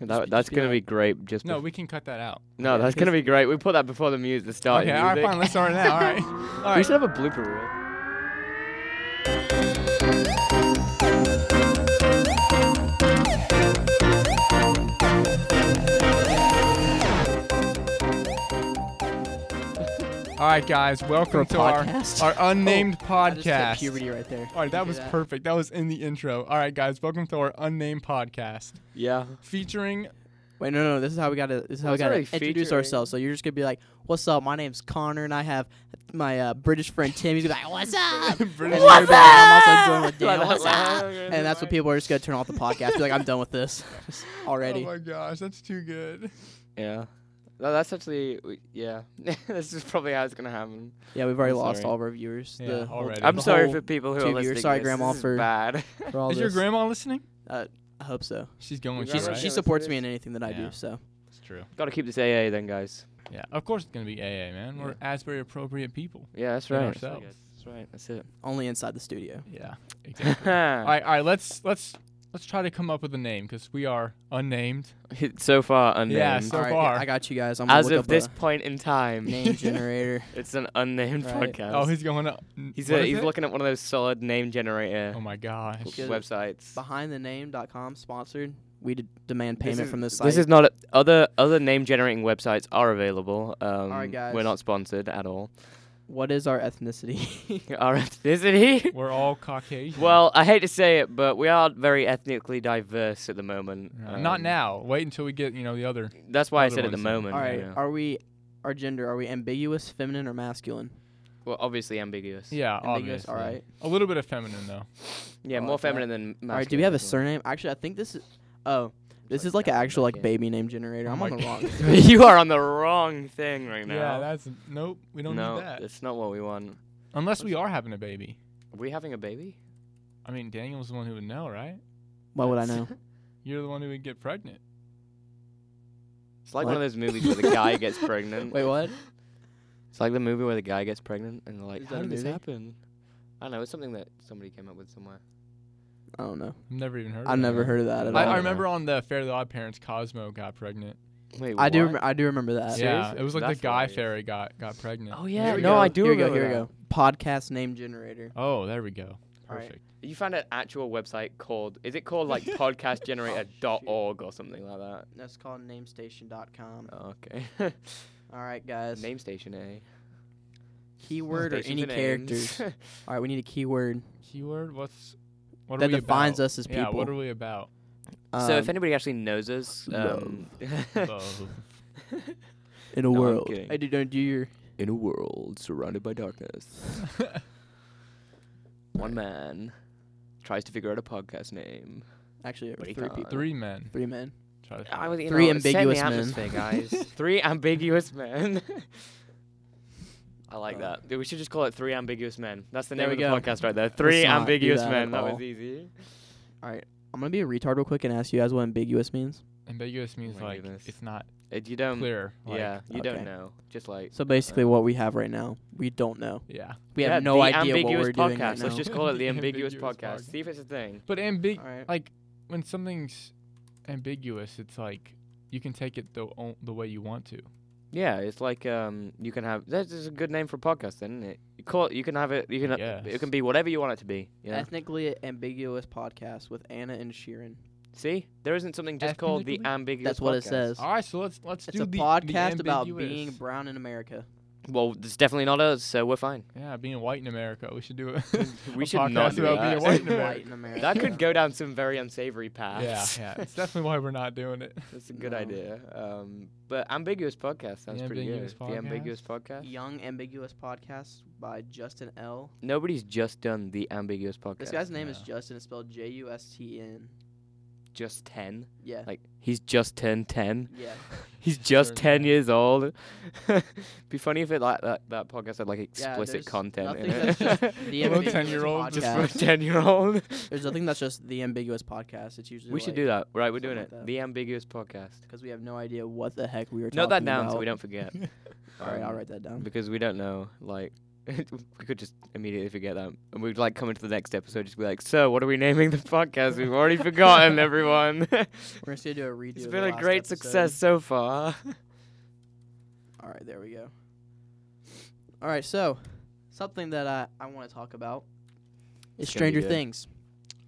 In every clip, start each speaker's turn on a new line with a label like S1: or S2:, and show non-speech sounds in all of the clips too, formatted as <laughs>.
S1: That,
S2: be-
S1: that's
S2: just be
S1: gonna be
S2: like-
S1: great. Just
S2: No,
S1: bef-
S2: we can cut that out.
S1: no, that's gonna be great. We put that before the music, the
S3: Uh,
S1: start.
S2: Okay,
S1: of
S2: all right,
S1: music.
S2: fine. Let's start it now.
S3: <laughs>
S2: All right. All
S1: We
S2: right.
S1: should have a blooper reel.
S2: All right, guys. Welcome to our,
S3: podcast? Oh,
S2: our unnamed
S3: I just hit
S2: podcast.
S3: puberty right there.
S2: All right, that
S3: do
S2: was
S3: that.
S2: perfect. That was in the intro. All right, guys. Welcome to our unnamed podcast
S1: Yeah.
S2: featuring.
S3: Wait, no, no, no. This is how we gotta. This is how
S1: Well,
S3: we
S1: it's
S3: gotta
S1: already
S3: introduce
S1: featuring.
S3: ourselves. So you're just gonna be like, "What's up? My name's Connor, and I have my uh, British friend Tim." He's gonna <laughs> be like, "What's up?"
S2: British
S3: And then you're gonna be like,
S2: <laughs>
S3: I'm also joined with
S1: Like
S3: Dan.
S1: that,
S3: What's
S1: like,
S3: up?
S1: okay,
S3: And that's what
S1: like-
S3: people are just gonna turn off the podcast. Be like, "I'm done with <laughs> this already."
S2: Oh my gosh, that's too good.
S1: Yeah. No, that's actually we- yeah. <laughs> this is probably how it's gonna happen.
S3: yeah, we've already
S1: I'm
S3: lost
S1: sorry.
S3: all of our viewers.
S2: Yeah,
S3: the,
S2: already.
S1: I'm
S3: the
S1: sorry
S3: whole-
S1: for people who
S3: two
S1: are
S3: of you.
S1: listening.
S3: Sorry,
S1: to this.
S3: Grandma,
S1: This is <laughs>
S3: for-
S1: bad.
S3: for all
S2: Is your
S3: this.
S2: grandma listening?
S3: Uh, I hope so.
S2: She's going.
S1: Your
S2: She's
S3: She's,
S1: grandma?
S2: right.
S3: she
S1: Yeah,
S3: supports
S1: that's
S3: me
S1: it.
S3: in anything that I
S2: Yeah.
S3: do. So
S2: It's true.
S1: Got to keep this AA then, guys.
S2: Yeah. Of course, it's gonna be AA, man. We're Asbury appropriate people.
S1: Yeah, that's
S2: And
S1: right. That's really good.
S2: ourselves.
S1: That's right. That's it.
S3: only inside the studio.
S2: <laughs> Yeah. Exactly. <laughs>
S1: <laughs>
S2: all right. All right. Let's let's let's try to come up with a name because we are unnamed.
S1: so far unnamed.
S2: Yeah, so
S3: All right, yeah,
S2: far.
S3: I got you guys. I'm gonna
S1: As
S3: look
S1: of
S3: up
S1: this
S3: a
S1: point in time,
S3: name generator.
S1: it's an unnamed
S3: Right.
S1: podcast.
S2: Oh, he's going up.
S1: he's
S2: what
S1: uh
S2: is
S1: he's
S2: it?
S1: looking at one of those solid name generator
S2: Oh my gosh.
S3: Good.
S1: websites.
S3: BehindTheName.com sponsored. We d- demand
S1: This
S3: payment
S1: is-
S3: from this site.
S1: This is not a, other other name generating websites are available. Um,
S3: right, guys.
S1: We're not sponsored at
S3: <laughs>
S1: all. <laughs>
S3: what is our ethnicity?
S1: All right, is it he?
S2: <laughs> We're all Caucasian.
S1: Well, I hate to say it, but we are very ethnically diverse at the moment.
S2: Yeah.
S1: Um,
S2: Uh, not now. Wait until we get you know the other.
S1: That's why I
S2: Other
S1: said at the
S2: ones, yeah.
S3: All
S1: moment.
S3: right,
S1: you know.
S3: are we our gender? Are we ambiguous, feminine, or masculine?
S1: Well, obviously ambiguous.
S2: Yeah,
S3: ambiguous.
S2: obviously.
S3: All right.
S2: A little bit of feminine though.
S1: Yeah,
S3: Oh, I
S1: more
S3: like that.
S1: feminine than masculine.
S3: All right. Do we have a
S1: as well.
S3: surname? Actually, I think this is. Oh, this
S1: like
S3: is like an
S1: that,
S3: actual
S1: like
S3: like
S1: it.
S3: baby name generator.
S2: Oh
S3: I'm
S2: my
S3: on the
S1: <laughs>
S3: wrong. <laughs>
S1: you are on the wrong thing right now.
S2: Yeah, that's nope. We don't
S1: no,
S2: need that
S1: that's not what we want.
S2: unless we are having a baby.
S1: Are we having a baby?
S2: I mean, Daniel's the one who would know, right?
S3: Why would I know?
S2: You're the one who would get pregnant.
S1: <laughs> It's like one of those movies where the guy
S3: <laughs>
S1: gets pregnant.
S3: Wait, what?
S1: It's like the movie where the guy gets pregnant and they're like,
S3: Is that
S1: how
S3: a
S1: did this
S3: movie?
S1: happen? I don't know. It's something that somebody came up with somewhere.
S3: I don't know.
S2: I've never even heard.
S3: I've
S2: of
S3: never
S2: that.
S3: heard of that at
S1: I-
S2: I,
S3: all.
S2: I
S1: don't
S2: remember on the Fairly Odd Parents, Cosmo got pregnant.
S1: Wait,
S3: I do.
S1: what?
S3: Rem- I do remember that.
S1: Yeah.
S2: Yeah,
S1: Seriously?
S2: it was like
S1: That's
S2: the guy
S1: hilarious.
S2: fairy got got pregnant.
S1: Oh
S3: Here
S1: yeah,
S3: we
S1: no,
S3: go.
S1: I do.
S3: Here we go.
S1: remember
S3: Here we
S1: that.
S3: go. Podcast name generator.
S2: Oh, there we go.
S3: All right.
S2: Perfect.
S1: You found an actual website called is it called <laughs> like podcastgenerator.org or something like that?
S3: That's called namestation.com.
S1: Oh, okay. <laughs> Uh.
S3: All right, guys.
S1: Name station A.
S3: keyword or
S1: Stations
S3: any
S1: and names. <laughs>
S3: characters. All right, we need a keyword
S2: Keyword. What's what
S3: that
S2: are we
S3: defines
S2: about?
S3: us as people.
S2: Yeah. What are we
S3: <laughs>
S2: about?
S1: so if
S3: Um,
S1: anybody actually knows us, um,
S2: Love.
S3: in a
S1: No, I'm
S3: world,
S1: kidding.
S3: I do don't do your
S1: <laughs> in a world surrounded by darkness, one man tries to figure out a podcast name.
S3: actually it
S1: But
S3: was
S1: he
S3: three
S1: can't.
S3: people,
S2: <laughs> Three men.
S3: three men.
S2: Try to
S1: I was, you
S3: Three
S1: know, set in the
S3: ambiguous men.
S1: atmosphere, guys.
S3: <laughs>
S1: three ambiguous men. I like
S3: Uh,
S1: that. Dude, We should just call it Three Ambiguous Men. That's the
S3: There
S1: name of the
S3: we go.
S1: podcast right there. Three
S3: not do
S1: Ambiguous
S3: that at
S1: Men. That was
S3: all.
S1: easy.
S3: I'm gonna be a retard real quick and ask you guys what ambiguous means.
S2: ambiguous means
S1: Oh my
S2: like
S1: goodness.
S2: it's not
S1: It, Uh, you don't.
S2: clear. like-
S1: yeah, you
S3: Okay.
S1: don't know. Just like
S3: So basically, what we have right now, we don't know.
S2: yeah.
S3: We
S1: Yeah,
S3: have no
S1: the
S3: idea what
S1: ambiguous
S3: we're
S1: podcast.
S3: doing right now.
S1: Let's just
S3: <laughs>
S1: call it the
S2: The
S1: ambiguous,
S2: ambiguous
S1: podcast.
S2: podcast.
S1: See if it's a thing.
S2: But ambig
S3: All right.
S2: like when something's ambiguous, it's like you can take it the o- the way you want to.
S1: Yeah, it's like um, you can have. That's just a good name for a podcast, then, isn't it? You call it. You can have it. You can. It
S2: Yes.
S1: can be whatever you want it to be. You
S3: Eh.
S1: know?
S3: Ethnically ambiguous podcast with Anna and Sheeran.
S1: See, there isn't something just called the
S2: Ethnically-
S1: ambiguous.
S3: Eh, That's what it
S1: podcast.
S3: says.
S2: All right, so let's let's
S3: It's
S2: do
S3: a
S2: the,
S3: podcast
S2: the
S3: about
S2: ambiguous.
S3: being brown in America.
S1: Well, it's definitely not us, so we're fine.
S2: yeah being white in America. We should do it.
S1: We
S2: A
S1: should
S2: podcast
S1: not do
S2: about being
S1: that. <laughs>
S2: white in America.
S3: White in America.
S1: that could go down some very unsavory
S2: <laughs> yeah,
S1: paths.
S2: yeah.
S1: <laughs>
S2: It's definitely why we're not doing it.
S1: that's a good
S3: No.
S1: idea. Um, but ambiguous podcast sounds
S2: The
S1: pretty
S2: ambiguous
S1: good. The ambiguous podcast.
S3: Young Ambiguous Podcast by Justin L.
S1: Nobody's just done the ambiguous podcast.
S3: This guy's name is
S2: yeah.
S3: Justin. It's spelled J U S T N.
S1: just ten.
S3: Yeah.
S1: Like he's just turned ten.
S3: yeah.
S1: He's just
S2: Sure,
S1: ten
S2: yeah.
S1: years old. <laughs> Be funny if it like that, that podcast had like explicit
S3: there's
S1: content in
S3: nothing
S1: it.
S3: that's
S1: <laughs>
S3: just <laughs> the
S2: Little
S3: ambiguous
S2: 10-year-old just
S1: just for
S3: podcast.
S1: a ten year old.
S3: There's nothing that's just the ambiguous podcast. It's usually
S1: We should do that. Right, we're doing it.
S3: something like that.
S1: the ambiguous podcast.
S3: because we have no idea what the heck we were
S1: Note
S3: talking
S1: that down
S3: about.
S2: <laughs>
S1: so we don't forget.
S3: <laughs> All right, I'll
S1: Um,
S3: write that down.
S1: Because we don't know like <laughs> we could just immediately forget that, and we'd like come into the next episode just be like, "So, what are we naming the podcast? We've
S3: <laughs>
S1: already forgotten, everyone.
S3: We're just gonna do a
S1: <laughs>
S3: redo.
S1: it's
S3: of the
S1: been a
S3: last
S1: great
S3: episode.
S1: success so
S3: <laughs>
S1: far."
S3: All right, there we go. All right, so something that I I want to talk about is
S1: It's gonna be
S3: Stranger
S1: good.
S3: Things.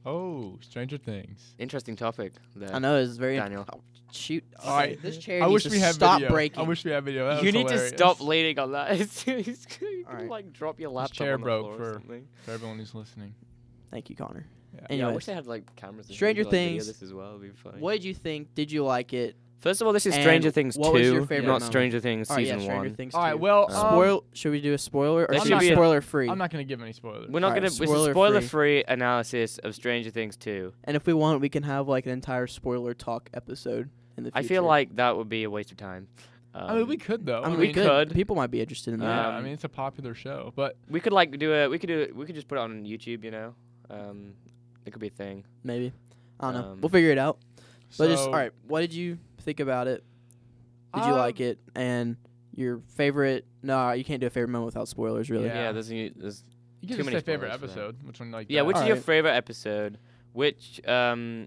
S2: Oh, Stranger Things.
S1: Interesting topic. There.
S3: I know it's very.
S1: Daniel.
S3: Oh, shoot.
S2: All right.
S3: This chair
S2: I
S3: needs
S2: wish
S3: to
S2: we had
S3: stop
S2: video.
S3: breaking.
S2: I wish we had video. That
S1: you
S2: was
S1: need
S2: hilarious.
S1: to stop leaning on that. <laughs> It's, it's, you
S3: All
S1: can,
S3: right.
S1: like drop your laptop.
S2: chair
S1: on the
S2: broke
S1: floor
S2: for-
S1: Or something.
S2: For everyone who's listening.
S3: Thank you, Connor.
S1: Yeah,
S2: Yeah.
S1: I
S3: Anyway,
S1: wish they had like cameras. and
S3: Stranger
S1: things, like, video
S3: Things.
S1: This as well. It'd be funny.
S3: what did you think? Did you like it?
S1: First of all, this is
S3: And
S1: Stranger Things
S3: what
S1: 2,
S3: was your favorite
S1: not
S3: moment?
S1: Stranger Things
S3: All right, yeah,
S1: season
S3: Stranger
S1: 1.
S3: Things.
S2: All right.
S3: too.
S2: Well,
S1: um,
S3: Spoil? Should we do a spoiler or
S1: That
S3: should
S1: should be
S3: we
S1: a-
S3: spoiler free?
S2: I'm not gonna give any spoilers.
S1: We're not
S3: Alright,
S1: gonna it's a
S3: spoiler-free.
S1: spoiler free analysis of Stranger Things 2.
S3: and if we want, we can have like an entire spoiler talk episode in the future.
S1: I feel like that would be a waste of time. Um,
S2: I mean, Oh, we could though.
S3: I mean,
S1: we
S3: we could.
S1: could.
S3: People might be interested in that.
S2: Yeah, I
S1: um,
S2: mean it's a popular show, but
S1: we could like do a we could do we could just put it on YouTube, you know. Um, it could be a thing.
S3: Maybe. I don't know.
S1: um,
S3: we'll figure it out. But just
S2: so-
S3: all right. What did you think about it? Did you
S2: Um,
S3: like it? And your favorite? No, you can't do a favorite moment without spoilers, really.
S1: Yeah,
S2: Yeah.
S1: there's, a- there's
S2: You can
S1: Too
S2: just
S1: many
S2: say favorite
S1: spoilers for that.
S2: episode, which one you like?
S1: yeah.
S2: better.
S1: Which is
S3: Alright.
S1: your favorite episode? Which um,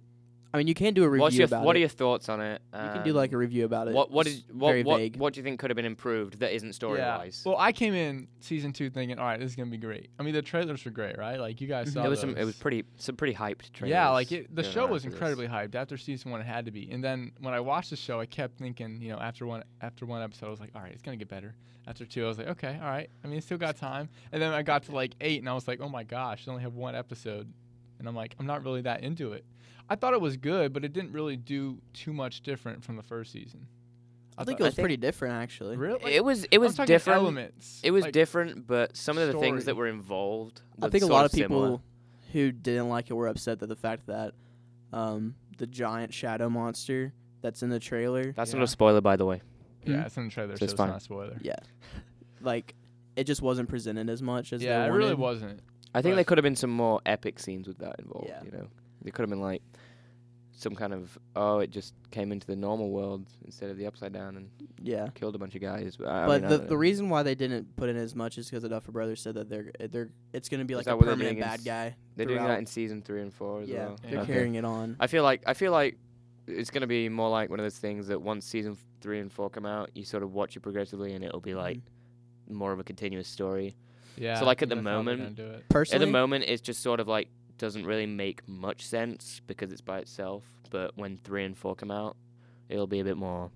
S3: I mean, you can do a review
S1: what's your
S3: about
S1: what are
S3: it.
S1: your thoughts on it? Um,
S3: you can do like a review about it.
S1: what what
S3: It's
S1: is what
S3: very
S1: what,
S3: vague.
S1: what do you think could have been improved that isn't story
S2: Yeah.
S1: wise?
S2: Well, I came in season two thinking, all right, this is gonna be great. I mean, the trailers were great, right? Like you guys
S3: Mhm.
S2: saw.
S1: there was some Mm-hmm. it
S2: those.
S1: was pretty some pretty hyped trailers.
S2: Yeah, like it, the
S1: going
S2: show
S1: around
S2: was
S1: for this.
S2: incredibly hyped. After season one, it had to be. And then when I watched the show, I kept thinking, you know, after one after one episode, I was like, all right, it's gonna get better. After two, I was like, okay, all right. I mean, it's still got time. And then I got to like eight, and I was like, oh my gosh, they only have one episode. And I'm like, I'm not really that into it. I thought it was good, but it didn't really do too much different from the first season.
S3: I think it
S1: thought- I
S3: was
S1: think-
S3: pretty different, actually.
S2: Really?
S1: It was it was
S2: I'm talking
S1: different.
S2: Elements.
S1: It was
S2: Like,
S1: different, but some of the things that
S2: story.
S1: were involved.
S3: I
S1: were
S3: think a
S1: sort
S3: lot of people
S1: similar.
S3: who didn't like it were upset that the fact that um, the giant shadow monster that's in
S1: <laughs>
S3: the trailer,
S1: That's
S2: Yeah.
S1: not a spoiler, by the way. Hmm?
S2: Yeah, it's in the trailer,
S1: So
S2: so
S1: it's
S2: it's
S1: fine.
S2: not a spoiler.
S3: yeah, like it just wasn't presented as much as
S2: Yeah,
S3: they
S2: it
S3: wanted.
S2: really wasn't.
S1: I think there
S2: Right.
S1: could have been some more epic scenes with that involved.
S3: Yeah.
S1: You know, there could have been like some kind of oh, it just came into the normal world instead of the upside down and
S3: Yeah.
S1: killed a bunch of guys. But, I, I
S3: But
S1: mean, I
S3: the,
S1: don't
S3: the
S1: know.
S3: reason why they didn't put in as much is because the Duffer Brothers said that they're they're it's gonna be
S1: Is
S3: like
S1: that
S3: a
S1: what they're
S3: permanent
S1: doing in
S3: bad
S1: s-
S3: guy.
S1: they're doing
S3: throughout-
S1: that in season three and four as
S3: yeah,
S1: well.
S3: they're
S2: Okay.
S3: carrying it on.
S1: I feel like I feel like it's gonna be more like one of those things that once season f- three and four come out, you sort of watch it progressively, and it'll be
S3: Mm-hmm. Mm.
S1: like more of a continuous story.
S2: Yeah.
S1: like,
S2: I
S1: at the
S2: think that's how they're
S1: moment-
S2: gonna do it.
S1: At
S3: Personally,
S1: the moment, it's just sort of like doesn't really make much sense because it's by itself. But when three and four come out, it'll be a bit more.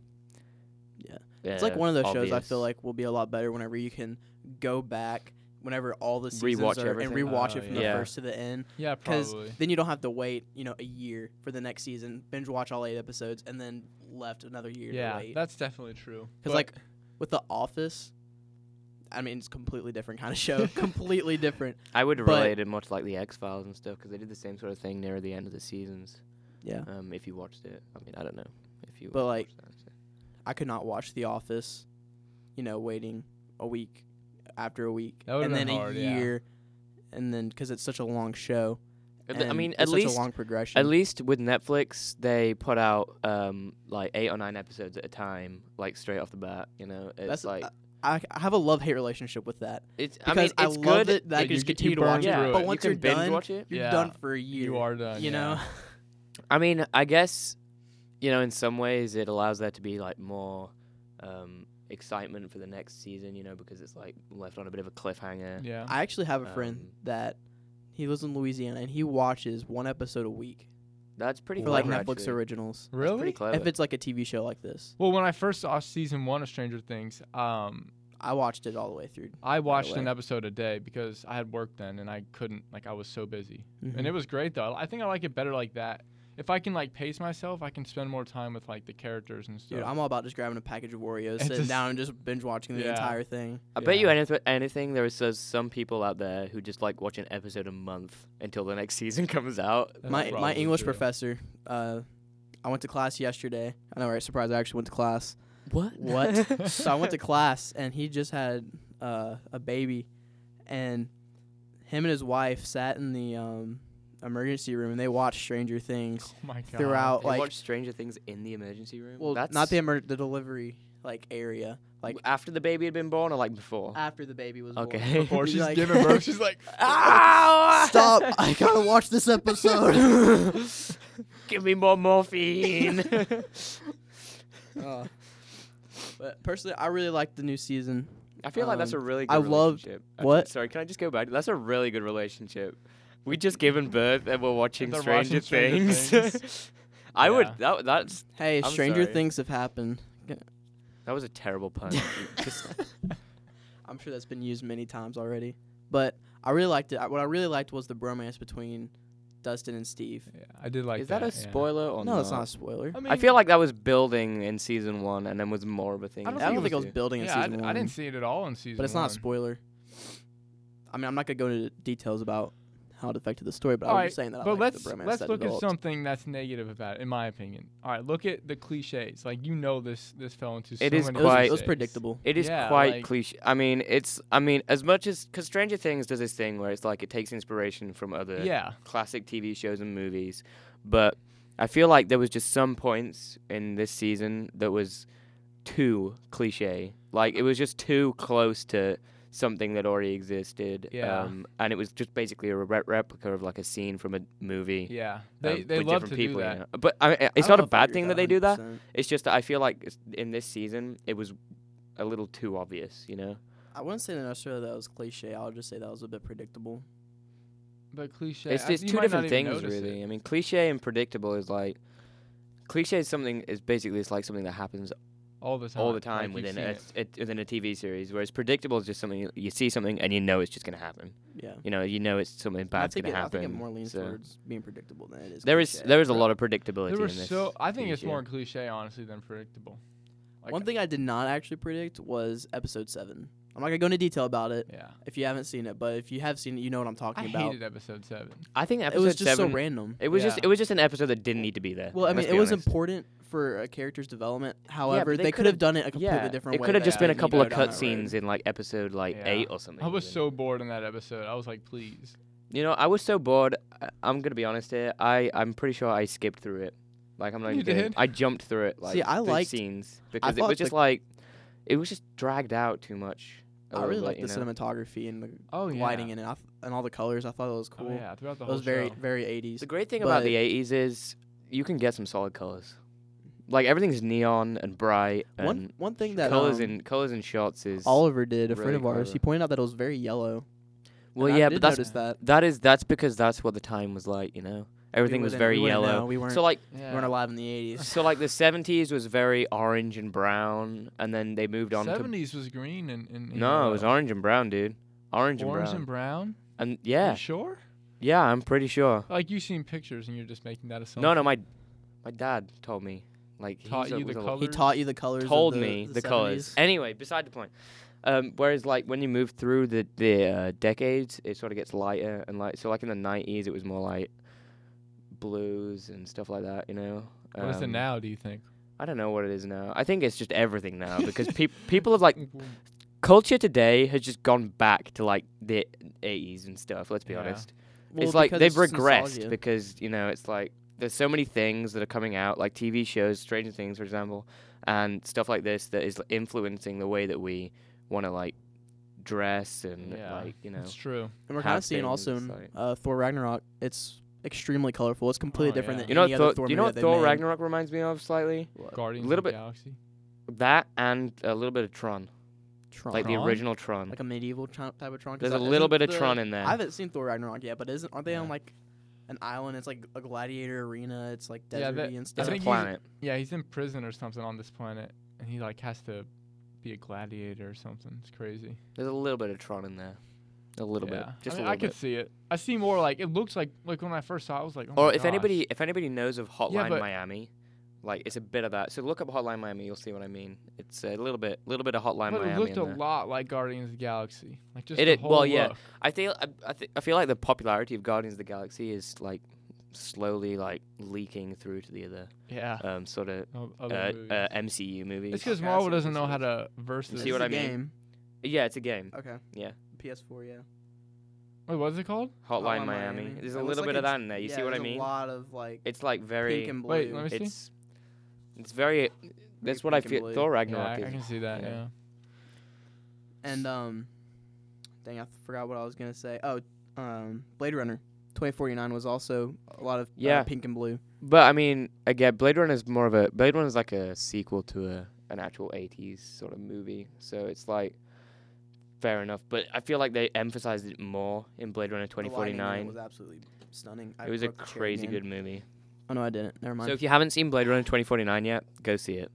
S3: Yeah. it's like
S1: uh,
S3: one of those shows I
S1: obvious.
S3: feel like will be a lot better whenever you can go back whenever all the seasons
S1: Rewatch
S3: are
S1: everything.
S3: and rewatch
S2: Oh,
S3: it from the
S1: yeah.
S3: first to the end.
S2: Yeah,
S3: 'Cause
S2: probably.
S3: Then you don't have to wait, you know, a year for the next season, binge watch all eight episodes, and then left another year to
S2: Yeah,
S3: wait.
S2: that's definitely true.
S3: Because like with The Office, I mean, it's completely different kind of
S2: <laughs>
S3: show, completely different.
S1: I would
S3: but-
S1: relate it much like the X Files and stuff because they did the same sort of thing near the end of the seasons.
S3: Yeah.
S1: Um, if you watched it, I mean, I don't know if you.
S3: Uh. But, like,
S1: watched that, so.
S3: I could not watch The Office, you know, waiting a week after a week,
S2: That would've
S3: and
S2: been
S3: then
S2: hard,
S3: a
S2: yeah.
S3: year, and then because it's such a long show.
S1: At the- I
S3: and
S1: mean,
S3: it's
S1: at
S3: such
S1: least
S3: a long progression.
S1: At least with Netflix, they put out um like eight or nine episodes at a time, like straight off the bat. You know, it's
S3: That's
S1: like
S3: uh, I, I have a love hate relationship with that
S1: it's. I
S3: because
S1: mean, it's
S3: I
S1: good.
S3: love it that I
S2: Like,
S3: can
S2: you
S3: just
S2: get-
S3: continue
S2: you
S3: to watch
S2: burn
S1: yeah,
S2: through
S3: it.
S2: it.
S3: But
S1: you
S3: once
S1: can
S3: are
S1: binge
S3: done,
S1: watch it.
S3: you're
S2: Yeah.
S3: done for a year.
S2: you are done.
S3: you
S2: yeah.
S3: know.
S1: I mean, I guess, you know, in some ways it allows there to be like more um, excitement for the next season, you know, because it's like left on a bit of a cliffhanger.
S2: Yeah.
S3: I actually have a friend
S1: Um,
S3: that he lives in Louisiana and he watches one episode a week
S1: That's pretty
S3: for like
S1: clever,
S3: Netflix
S1: actually.
S3: originals.
S1: That's pretty
S2: Really?
S1: clever.
S3: If it's like a TV show like this,
S2: Well, when I first saw season one of Stranger Things, um,
S3: I watched it all the way through.
S2: I watched
S3: way.
S2: an episode a day because I had work then and I couldn't. Like, I was so busy, and
S3: Mhm.
S2: it was great though. I think I like it better like that. If I can like pace myself, I can spend more time with like the characters and stuff.
S3: Dude, I'm all about just grabbing a package of Oreos,
S2: And
S3: sitting
S2: just-
S3: down, and just binge watching the
S2: Yeah.
S3: entire thing.
S1: I bet you
S2: Yeah.
S1: anyth- anything there is uh, some people out there who just like watch an episode a month until the next <laughs> season comes out.
S2: That's
S3: my my
S2: probably
S3: English
S2: true.
S3: professor, uh, I went to class yesterday. I know, right? Surprise! I actually went to class.
S1: What? <laughs>
S3: What? so I went <laughs> to class, and he just had uh, a baby, and him and his wife sat in the um, emergency room and they watch Stranger Things.
S2: <laughs> Oh my
S3: <laughs>
S2: god.
S3: Throughout,
S1: They
S3: like-
S1: watch Stranger Things in the emergency room.
S3: Well,
S1: That's
S3: not the emer- the delivery like area, like
S1: after the baby had been born or like before.
S3: after the baby was born.
S1: okay.
S2: Before
S3: He's
S2: she's
S3: like-
S2: giving
S3: <laughs>
S2: birth, she's like,
S1: <laughs> Ow!
S3: Stop! <laughs> I gotta watch this <laughs> episode.
S2: <laughs>
S1: Give me more morphine.
S3: Uh, but personally, I really like the new season.
S1: I feel like that's a
S3: Um,
S1: really good
S3: I love-
S1: relationship.
S3: what?
S1: Sorry, can I just go back? That's a really good relationship. We just given birth and we're watching
S2: They're
S1: Stranger
S2: watching Stranger
S1: Things. <laughs> I would
S2: Yeah.
S1: that that's
S3: Hey,
S1: I'm
S3: stranger
S1: sorry.
S3: things have happened.
S1: that was a terrible pun.
S2: <laughs>
S1: Just-
S3: <laughs> I'm sure that's been used many times already, but I really liked it. I, what I really liked was the bromance between Dustin and Steve.
S2: yeah, I did like
S1: is that,
S2: that
S1: a spoiler or
S3: no, that's not a spoiler.
S2: Yeah. I, mean,
S1: I feel like that was building in season one and then was more of a thing.
S2: I
S3: I
S1: in
S3: don't,
S2: think it
S3: think it
S1: season
S3: was
S1: two.
S3: building in
S2: yeah, I,
S3: season
S2: d-
S3: one,
S2: I didn't see it at all in season.
S3: but it's not a
S2: one.
S3: spoiler. I mean, I'm not gonna go into details about how it affected the story, but I was
S2: Alright,
S3: just saying that I
S2: But
S3: liked
S2: let's
S3: the bromance
S2: let's
S3: that
S2: look
S3: developed.
S2: at something that's negative about it, in my opinion. All right, look at the cliches. Like you know, this this fell into. so
S1: It is
S2: many
S3: It was,
S1: Quite-
S3: it was
S2: cliches.
S3: predictable.
S1: It is
S2: Yeah,
S1: quite
S2: like-
S1: cliche. I mean, it's I mean, as much as because Stranger Things does this thing where it's like it takes inspiration from other
S2: Yeah,
S1: classic TV shows and movies, but I feel like there was just some points in this season that was too cliche. Like it was just too close to something that already existed.
S2: Yeah.
S1: Um, and it was just basically a re- replica of like a scene from a movie.
S2: yeah. They
S1: um,
S2: they
S1: with
S2: love
S1: different
S2: to
S1: people
S2: do
S1: in
S2: that.
S1: it. But I mean, it's
S3: I don't
S1: not
S3: know
S1: a
S3: if I
S1: bad
S3: agree
S1: thing that
S3: with
S1: they do that.
S3: 100%.
S1: It's just that I feel like it's, in this season it was a little too obvious, you know.
S3: I wouldn't say necessarily that was cliche. I would just say that was a bit predictable.
S2: But cliche.
S1: it's
S2: I-
S1: it's
S2: you
S1: two
S2: might not
S1: different
S2: even
S1: things
S2: notice
S1: really.
S2: it.
S1: I mean, cliche and predictable is like cliche is something is basically it's like something that happens
S2: all the time.
S1: all the
S2: Like,
S1: time
S2: you've
S1: within
S2: seen
S1: a,
S2: it.
S1: a- within a TV series, whereas predictable is just something you- you see something and you know it's just gonna happen.
S3: Yeah.
S1: You know, you know it's something
S3: I
S1: bad's
S3: think,
S1: gonna
S3: it,
S1: happen.
S3: I think it more leans
S1: so-
S3: towards being predictable than it is.
S1: there is
S3: cliche.
S1: there is a lot of predictability
S2: There were
S1: in this.
S2: so. I think
S1: TV
S2: it's
S1: show.
S2: more cliche, honestly, than predictable. Like,
S3: One thing I did not actually predict was episode seven. I'm not gonna go into detail about it
S2: Yeah.
S3: if you haven't seen it, but if you have seen it, you know what I'm
S2: I
S3: talking about.
S2: hated episode seven.
S1: I think
S3: It
S1: episode
S3: was just
S1: seven.
S3: so random.
S1: it was just
S2: Yeah.
S1: it was just an episode that didn't need to be there.
S3: Well, I mean,
S1: let's
S3: it
S1: be
S3: was
S1: honest.
S3: important for a character's development. However,
S1: but
S3: they,
S1: they
S3: could have
S1: could've-
S3: done it a completely
S1: yeah,
S3: different
S1: It
S3: way.
S1: could have
S3: that
S1: just been a
S3: didn't
S1: couple
S3: go
S1: of
S3: down that road.
S1: cutscenes in like episode like
S2: Yeah.
S1: eight or something.
S2: I was
S1: even.
S2: so bored in that episode. I was like, please.
S1: You know, I was so bored. I- I'm gonna be honest here. I I'm pretty sure I skipped through it. Like I'm not
S2: You
S1: even kidding.
S2: did?
S1: I jumped through it. Like,
S3: See, I
S1: through
S3: liked-
S1: scenes because it
S3: thought
S1: was just
S3: the-
S1: like, it was just dragged out too much. I
S3: I really
S1: like
S3: liked the cinematography and the
S2: Oh yeah.
S3: lighting in it I th- and all the colors. I thought it was cool.
S2: Oh yeah. Throughout the
S3: It
S2: whole
S3: was very
S2: show.
S3: very 80s.
S1: The great thing about the
S3: But-
S1: '80s is you can get some solid colors. Like everything's neon and bright and
S3: one one thing that
S1: colors
S3: um,
S1: in colors in shots is
S3: Oliver did, a friend
S1: really
S3: of ours,
S1: clever.
S3: he pointed out that it was very yellow.
S1: well,
S3: and I
S1: yeah,
S3: did
S1: but that's
S3: notice that.
S1: that is that's because that's what the time was like. You know, everything was
S3: wouldn't-
S1: very
S3: we wouldn't know,
S1: yellow.
S3: We weren't,
S1: So like.
S2: Yeah.
S3: we weren't alive in the 80s.
S1: So like the '70s was very orange and brown, and then they moved on to
S2: Seventies was green and, and and
S1: No, it was
S2: yellow.
S1: orange and brown, dude. Orange,
S2: orange
S1: and
S2: and
S1: brown.
S2: brown.
S1: And,
S2: Are
S1: yeah,
S2: you sure?
S1: yeah, I'm pretty sure.
S2: Like you've seen pictures and you're just making that assumption.
S1: No, no, my my dad told me. Like he
S2: Taught
S1: was a-
S2: you the
S1: was a-
S2: colours?
S3: He taught you the colors. of
S1: Told
S3: the-
S1: me the,
S3: the,
S1: colors.
S3: 70s.
S1: Anyway, beside the point. Um, whereas like when you move through the the uh, decades, it sort of gets lighter and light. So like in the '90s, it was more like blues and stuff like that. You know.
S2: What is it
S1: Um,
S2: now? Do you think?
S1: I don't know what it is now. I think it's just everything
S2: <laughs>
S1: now because peop people have like culture today has just gone back to like the 80s and stuff. Let's be
S2: Yeah.
S1: honest.
S3: Well,
S1: it's like
S3: because
S1: they've
S3: just
S1: regressed
S3: nostalgia.
S1: because you know it's like there's so many things that are coming out like TV shows, Stranger Things, for example, and stuff like this that is influencing the way that we want to like dress and
S2: Yeah.
S1: like you know.
S2: It's true.
S3: and we're kind
S1: have
S3: of seeing also
S1: things,
S3: in
S1: like-
S3: uh, Thor Ragnarok. It's extremely colorful. It's completely
S2: Oh,
S3: different
S2: yeah.
S3: than
S1: You know,
S3: any
S1: what
S3: other
S1: Thor,
S3: Thor.
S1: do you know what
S3: movie that
S1: Thor
S3: they made.
S1: Ragnarok reminds me of slightly?
S2: Guardians
S1: Little
S2: of the
S1: bit-
S2: Galaxy.
S1: That and a little bit of Tron,
S3: Tron.
S1: like
S3: Like,
S1: the
S2: Tron?
S1: original Tron.
S3: a medieval tron- type of Tron. 'cause
S1: There's a
S3: that-
S1: little
S3: isn't
S1: bit of
S3: the-
S1: Tron in there.
S3: I haven't seen Thor Ragnarok yet, but isn't aren't they on
S2: Yeah.
S3: like an island? It's like a gladiator arena. It's like
S2: Yeah,
S3: deserty
S2: that-
S3: and
S1: it's
S3: stuff.
S1: a
S2: think he's-
S1: planet.
S2: Yeah, he's in prison or something on this planet, and he like has to be a gladiator or something. It's crazy.
S1: There's a little bit of Tron in there. A little
S2: yeah.
S1: bit. Just
S2: I, mean,
S1: a little
S2: I could
S1: bit.
S2: see it. I see more like it looks like like when I first saw it, I was like, oh my
S1: Or if
S2: gosh.
S1: anybody if anybody knows of Hotline
S2: but-
S1: Miami, like it's a bit of that. So look up Hotline Miami, you'll see what I mean. It's a little bit little bit of Hotline
S2: but it
S1: Miami.
S2: looked
S1: in
S2: a
S1: there.
S2: lot like Guardians of the Galaxy, like just
S1: It
S2: the
S1: is-
S2: whole
S1: well, yeah.
S2: look.
S1: I feel I I, th- I feel like the popularity of Guardians of the Galaxy is like slowly like leaking through to the other
S2: yeah.
S1: um sort of
S2: O-
S1: uh,
S2: other
S1: uh,
S2: movies.
S1: MCU movies.
S2: it's because
S3: Yeah, I see
S2: Marvel
S3: what
S2: doesn't
S3: this
S2: know how
S3: is.
S2: to verse
S1: You
S2: this.
S1: see what
S3: It's
S1: I
S3: a
S1: mean?
S3: Game.
S1: yeah, it's a game.
S3: Okay.
S1: Yeah.
S3: PS4. Yeah.
S2: Wait, what is it called?
S1: Hotline
S3: Hotline
S1: Miami.
S3: Miami.
S1: There's a
S3: It looks
S1: little
S3: like
S1: bit of
S3: it's-
S1: that in there. You
S3: yeah,
S1: see what I
S3: there's
S1: mean?
S3: A lot of like
S1: It's like very.
S3: pink and blue.
S2: Wait, let me see.
S1: it's. It's very. That's what I
S3: pink and
S1: feel.
S3: blue.
S1: Thor
S2: Yeah, I,
S1: Ragnarok
S2: I
S1: is.
S2: can see that.
S1: yeah.
S2: Yeah.
S3: and um, dang, I forgot what I was gonna say. Oh, um, Blade Runner, 2049 was also a lot of uh,
S1: Yeah.
S3: pink and blue.
S1: But I mean, again, Blade Runner is more of a Blade Runner is like a sequel to a an actual '80s sort of movie, so it's like fair enough. But I feel like they emphasized it more in Blade Runner
S3: The lighting in it
S1: 2049.
S3: was absolutely stunning. I
S1: It was a
S3: broke the chair
S1: crazy
S3: again.
S1: good movie.
S3: Oh no, I didn't. Never mind.
S1: So if you haven't seen Blade Runner 2049 yet, go see it.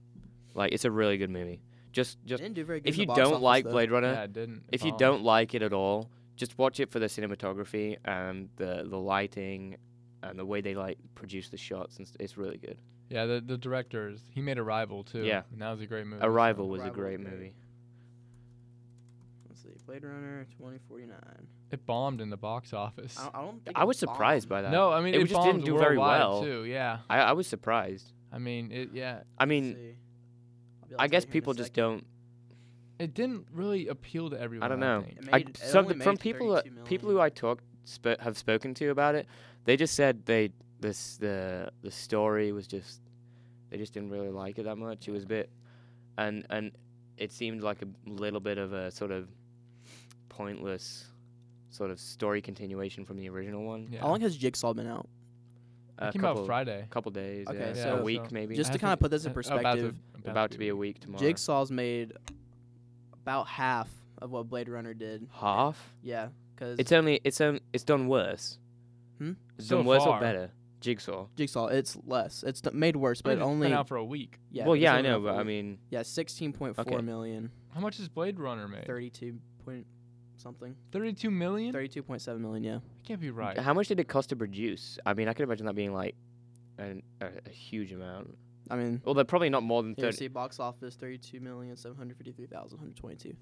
S1: Like it's a really good movie. Just just
S3: didn't do very good
S1: if
S3: in
S1: you
S3: the box
S1: don't
S3: office,
S1: like
S3: though. oh.
S1: Blade Runner,
S2: Yeah, it didn't.
S1: uh, if you
S2: bomb.
S1: don't like it at all, just watch it for the cinematography and the the lighting and the way they like produce the shots and st- it's really good.
S2: Yeah, the the directors. He made Arrival too.
S1: Yeah.
S2: And that was a great movie. so-
S1: Arrival was a
S3: Arrival was
S1: great
S3: great.
S1: movie.
S3: Let's see, Blade Runner 2049.
S2: It bombed in the box office.
S3: I, I don't. Think
S1: I
S3: it
S1: was surprised
S3: bombed.
S1: by that.
S2: No, I mean
S1: it
S2: it,
S1: just didn't
S2: bombed
S1: do very
S2: worldwide,
S1: well.
S2: too. Yeah.
S1: I, I was surprised.
S2: I mean it. Yeah.
S1: I
S3: Let's
S1: mean,
S3: see. I'll be able
S1: I
S3: to
S1: guess
S3: tell you in a
S1: people just
S3: second.
S1: don't.
S2: It didn't really appeal to everyone.
S1: don't know.
S2: think.
S3: It
S1: I,
S3: made- it
S1: some
S3: only
S1: from
S3: made
S1: people that
S3: 32
S1: people
S3: million.
S1: who I talked sp- have spoken to about it, they just said they this the the story was just they just didn't really like it that much. It was a bit and and it seemed like a little bit of a sort of pointless sort of story continuation from the original one.
S2: Yeah.
S3: How long has Jigsaw been out?
S1: A
S2: it came
S1: couple
S2: out Friday.
S1: couple days,
S3: Okay,
S1: yeah,
S3: so-
S1: a week
S2: so-
S1: maybe.
S3: Just
S2: I
S3: to
S2: think-
S3: kinda put this in
S2: uh,
S3: perspective,
S1: It's about to be a week tomorrow.
S3: Jigsaw's made about half of what Blade Runner did.
S1: half.
S3: Yeah, because
S1: It's only it's um it's done worse.
S3: Hmm?
S1: It's
S2: So
S1: done worse or
S2: far.
S1: better. Jigsaw.
S3: Jigsaw. It's less. It's t- made worse,
S2: I mean,
S3: but
S2: it's been
S3: only
S2: out for a week.
S3: yeah.
S1: well,
S3: it's
S1: yeah, I
S3: only
S1: know,
S3: half a
S1: but I
S3: week.
S1: mean,
S3: yeah, sixteen point four
S1: Okay.
S3: million,
S2: How much is Blade Runner made?
S3: thirty-two point something,
S2: Thirty-two million.
S3: thirty-two point seven million. Yeah,
S2: It can't be right.
S1: how much did it cost to produce? I mean, I could imagine that being like an, a, a huge amount.
S3: I mean,
S1: Well, they're probably not more than
S3: here,
S1: 30.
S3: see box office thirty-two million seven hundred fifty-three thousand one hundred twenty-two.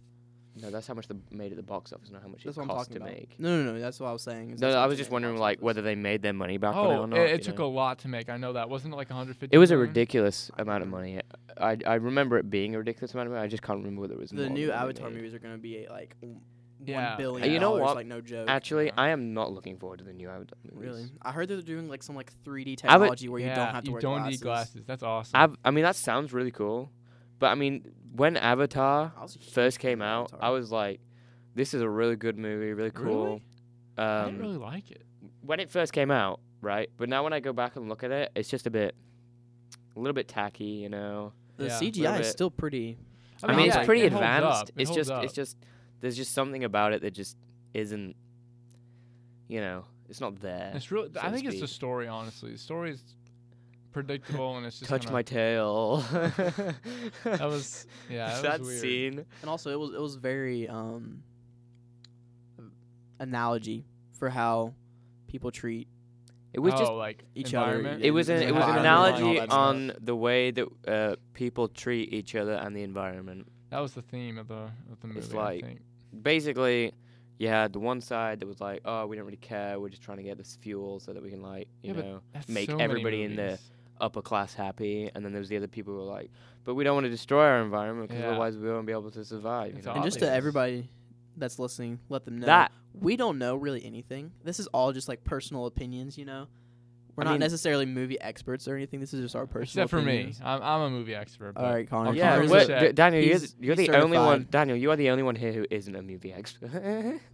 S1: No, that's how much they made at the box office, not how much
S3: That's
S1: it
S3: what I'm
S1: cost
S3: talking
S1: to
S3: about.
S1: make.
S3: No, no, no. That's what I was saying. is
S1: No,
S3: that's
S1: I
S3: what's
S1: was just
S3: made at
S1: wondering
S3: box
S1: like
S3: office.
S1: whether they made their money back on it
S2: oh,
S1: or not.
S2: it, it
S1: you
S2: took
S1: know?
S2: a lot to make. I know that wasn't it like 150.
S1: It was a
S2: million?
S1: ridiculous
S3: I
S1: amount of
S3: remember.
S1: money. I, I remember it being a ridiculous amount of money. I just can't remember whether it was more
S3: the new
S1: than what they
S3: Avatar
S1: made.
S3: movies are gonna be at, like w-
S2: Yeah.
S3: one billion.
S1: You know
S3: dollars,
S1: what?
S3: Like no joke.
S1: Actually,
S2: Yeah.
S1: I am not looking forward to the new Avatar movies.
S3: Really? I heard they're doing like some like 3D
S1: I would-
S3: technology where you don't
S2: Yeah,
S3: have to
S2: you
S3: wear
S2: don't
S3: glasses.
S2: need glasses. That's awesome.
S1: Av- I mean, that sounds really cool, but I mean, when Avatar
S3: I was a huge
S1: first
S3: fan
S1: came
S3: of
S1: out, I
S3: Avatar.
S1: was like, "This is a really good movie, really cool."
S2: Really? I
S1: Um,
S2: didn't really like it.
S1: When it first came out, right? But now when I go back and look at it, it's just a bit, a little bit tacky, you know.
S3: the
S2: Yeah.
S3: CGI
S1: bit.
S3: is still pretty.
S1: I mean,
S3: mean,
S1: it's
S3: like,
S1: pretty
S2: it holds up,
S1: advanced.
S2: it
S1: it's
S2: holds
S1: just, it's
S2: up.
S1: just, there's just something about it that just isn't, you know, it's not there.
S2: It's really.
S1: so
S2: I
S1: to
S2: think it's the
S1: speak.
S2: story. Honestly, the story is predictable and it's just.
S1: Touch
S2: kinda-
S1: my tail.
S2: <laughs> That
S1: <laughs>
S2: was yeah. That,
S1: that
S2: was weird.
S1: scene.
S3: And also it was it was very um analogy for how people treat
S1: It was
S2: oh,
S1: just
S2: like
S3: each other,
S2: environment?
S1: It was an
S3: Yeah,
S1: it was an
S3: environment and all
S1: analogy
S3: that
S1: on the way that uh, people treat each other and the environment.
S2: That was the theme of the of the movie.
S1: It's
S2: I
S1: like-
S2: think.
S1: Basically, you had the one side that was like, "Oh, we don't really care. We're just trying to get this fuel so that we can like you
S2: Yeah, but
S1: know
S2: That's
S1: make
S2: so many
S1: everybody in there
S2: movies.
S1: upper class happy," and then there was the other people who were like, "But we don't want to destroy our environment because
S2: Yeah.
S1: otherwise we won't be able to survive." you
S2: It's
S1: know?
S3: and just to
S2: Obvious.
S3: everybody that's listening, let them know
S1: that
S3: we don't know really anything. This is all just like personal opinions, you know. We're
S1: I
S3: not
S1: mean-
S3: necessarily movie experts or anything. This is just our personal.
S2: Except for me,
S3: opinions.
S2: I'm, I'm a movie expert. But
S3: All
S2: <laughs>
S3: right, Connor.
S2: I'll
S3: Connor
S1: yeah,
S2: Connor's
S3: is
S1: what,
S3: a-
S2: a-
S1: D- Daniel, you're,
S3: he's-
S1: the- you're the
S3: he's
S1: only one.
S3: certified.
S1: Daniel, you are the only one here who isn't a movie expert.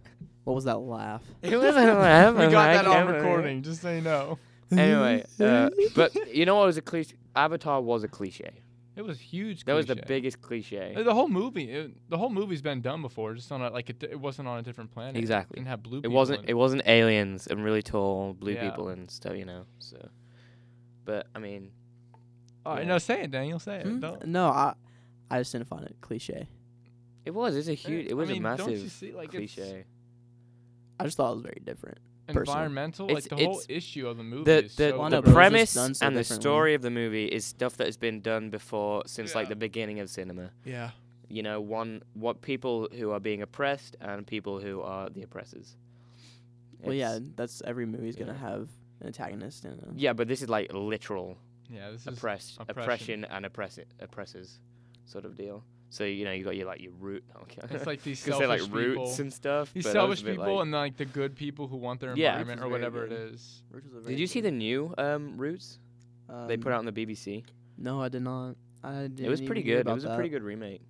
S1: <laughs>
S3: <laughs> what was that laugh?
S1: it wasn't. a
S2: we
S1: laugh,
S2: got that on
S1: Cameron.
S2: recording. Just so you know,
S1: <laughs> anyway,
S2: <laughs>
S1: uh, but you know what was a cliche? Avatar was a cliche.
S2: it was huge.
S1: That was the
S2: cliche.
S1: biggest
S2: Uh,
S1: cliche.
S2: The whole movie, it, the whole movie's been done before, just on a, like it, it wasn't on a different planet.
S1: Exactly.
S2: Didn't have blue.
S1: It
S2: people
S1: wasn't.
S2: in
S1: It wasn't aliens and really tall blue
S2: Yeah.
S1: people and stuff, you know. So, but I mean,
S2: All right,
S1: yeah.
S2: no, say it, Daniel. Say it.
S3: Hmm?
S2: Don't.
S3: No, I I just didn't find it cliche.
S1: it was. It's a huge.
S2: I
S1: It was
S2: mean,
S1: a
S2: don't you
S1: massive
S2: see, like, it's
S1: cliche.
S3: I just thought it was very different. personal.
S2: Environmental,
S1: It's-
S2: like the whole
S1: it's-
S2: issue of the movie.
S1: The
S2: is so
S1: the,
S3: Well, I
S1: the
S3: know, but it was just
S1: premise
S3: done so
S1: and the
S3: differently.
S1: story of the movie is stuff that has been done before since like
S2: Yeah.
S1: the beginning of cinema.
S2: yeah.
S1: You know, one what people who are being oppressed and people who are the oppressors.
S3: well, yeah,
S1: It's-
S3: that's every movie's gonna
S1: yeah.
S3: have an antagonist and a
S1: Yeah, but this is like literal
S2: Yeah, this is
S1: oppressed,
S2: oppression.
S1: oppression and oppress oppressors, sort of deal. So you know you got your like your root. <laughs> Okay.
S2: It's like these
S1: Cause they
S2: selfish
S1: like
S2: people.
S1: roots and stuff.
S2: these
S1: but I was
S2: selfish
S1: a bit
S2: people
S1: like-
S2: and like the good people who want their
S1: Yeah.
S2: environment
S3: Which
S2: or
S3: is very
S2: whatever it
S3: good.
S2: is.
S3: Which was a
S1: Did you see the new um, Roots
S3: the
S1: they put out on the BBC?
S3: No, I did not. I Um, didn't.
S1: It was
S3: even
S1: pretty
S3: hear
S1: good. It
S3: about
S1: was a
S3: that.
S1: pretty good remake.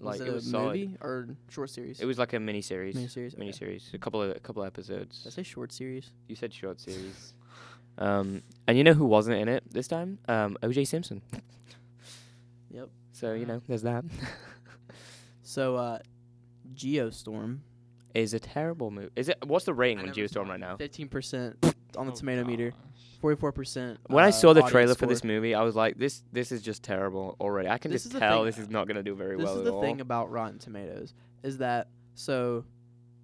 S1: Like
S3: was it,
S1: it, was
S3: a
S1: solid.
S3: movie or short series?
S1: It was like a mini series.
S3: Miniseries, okay.
S1: A couple of a couple of episodes.
S3: Did I say short series?
S1: You said short series. um, and you know who wasn't in it this time? Um, O.J. Simpson.
S3: <laughs> Yep. Uh-huh.
S1: So you
S2: Wow.
S1: know, there's that.
S3: So, uh, Geostorm.
S1: Is a terrible movie. Is it? What's the rating
S3: I
S1: on
S3: never
S1: Geostorm right now?
S3: Fifteen percent on the
S2: Oh,
S3: tomato meter.
S2: gosh.
S3: Forty-four percent. uh,
S1: When I saw the trailer for this movie, I was like, "This, this is just terrible already." I can
S3: This
S1: just
S3: is the
S1: tell
S3: thing-
S1: this is not gonna do very
S3: this
S1: well
S3: is
S1: at
S3: the
S1: all.
S3: thing about Rotten Tomatoes is that so.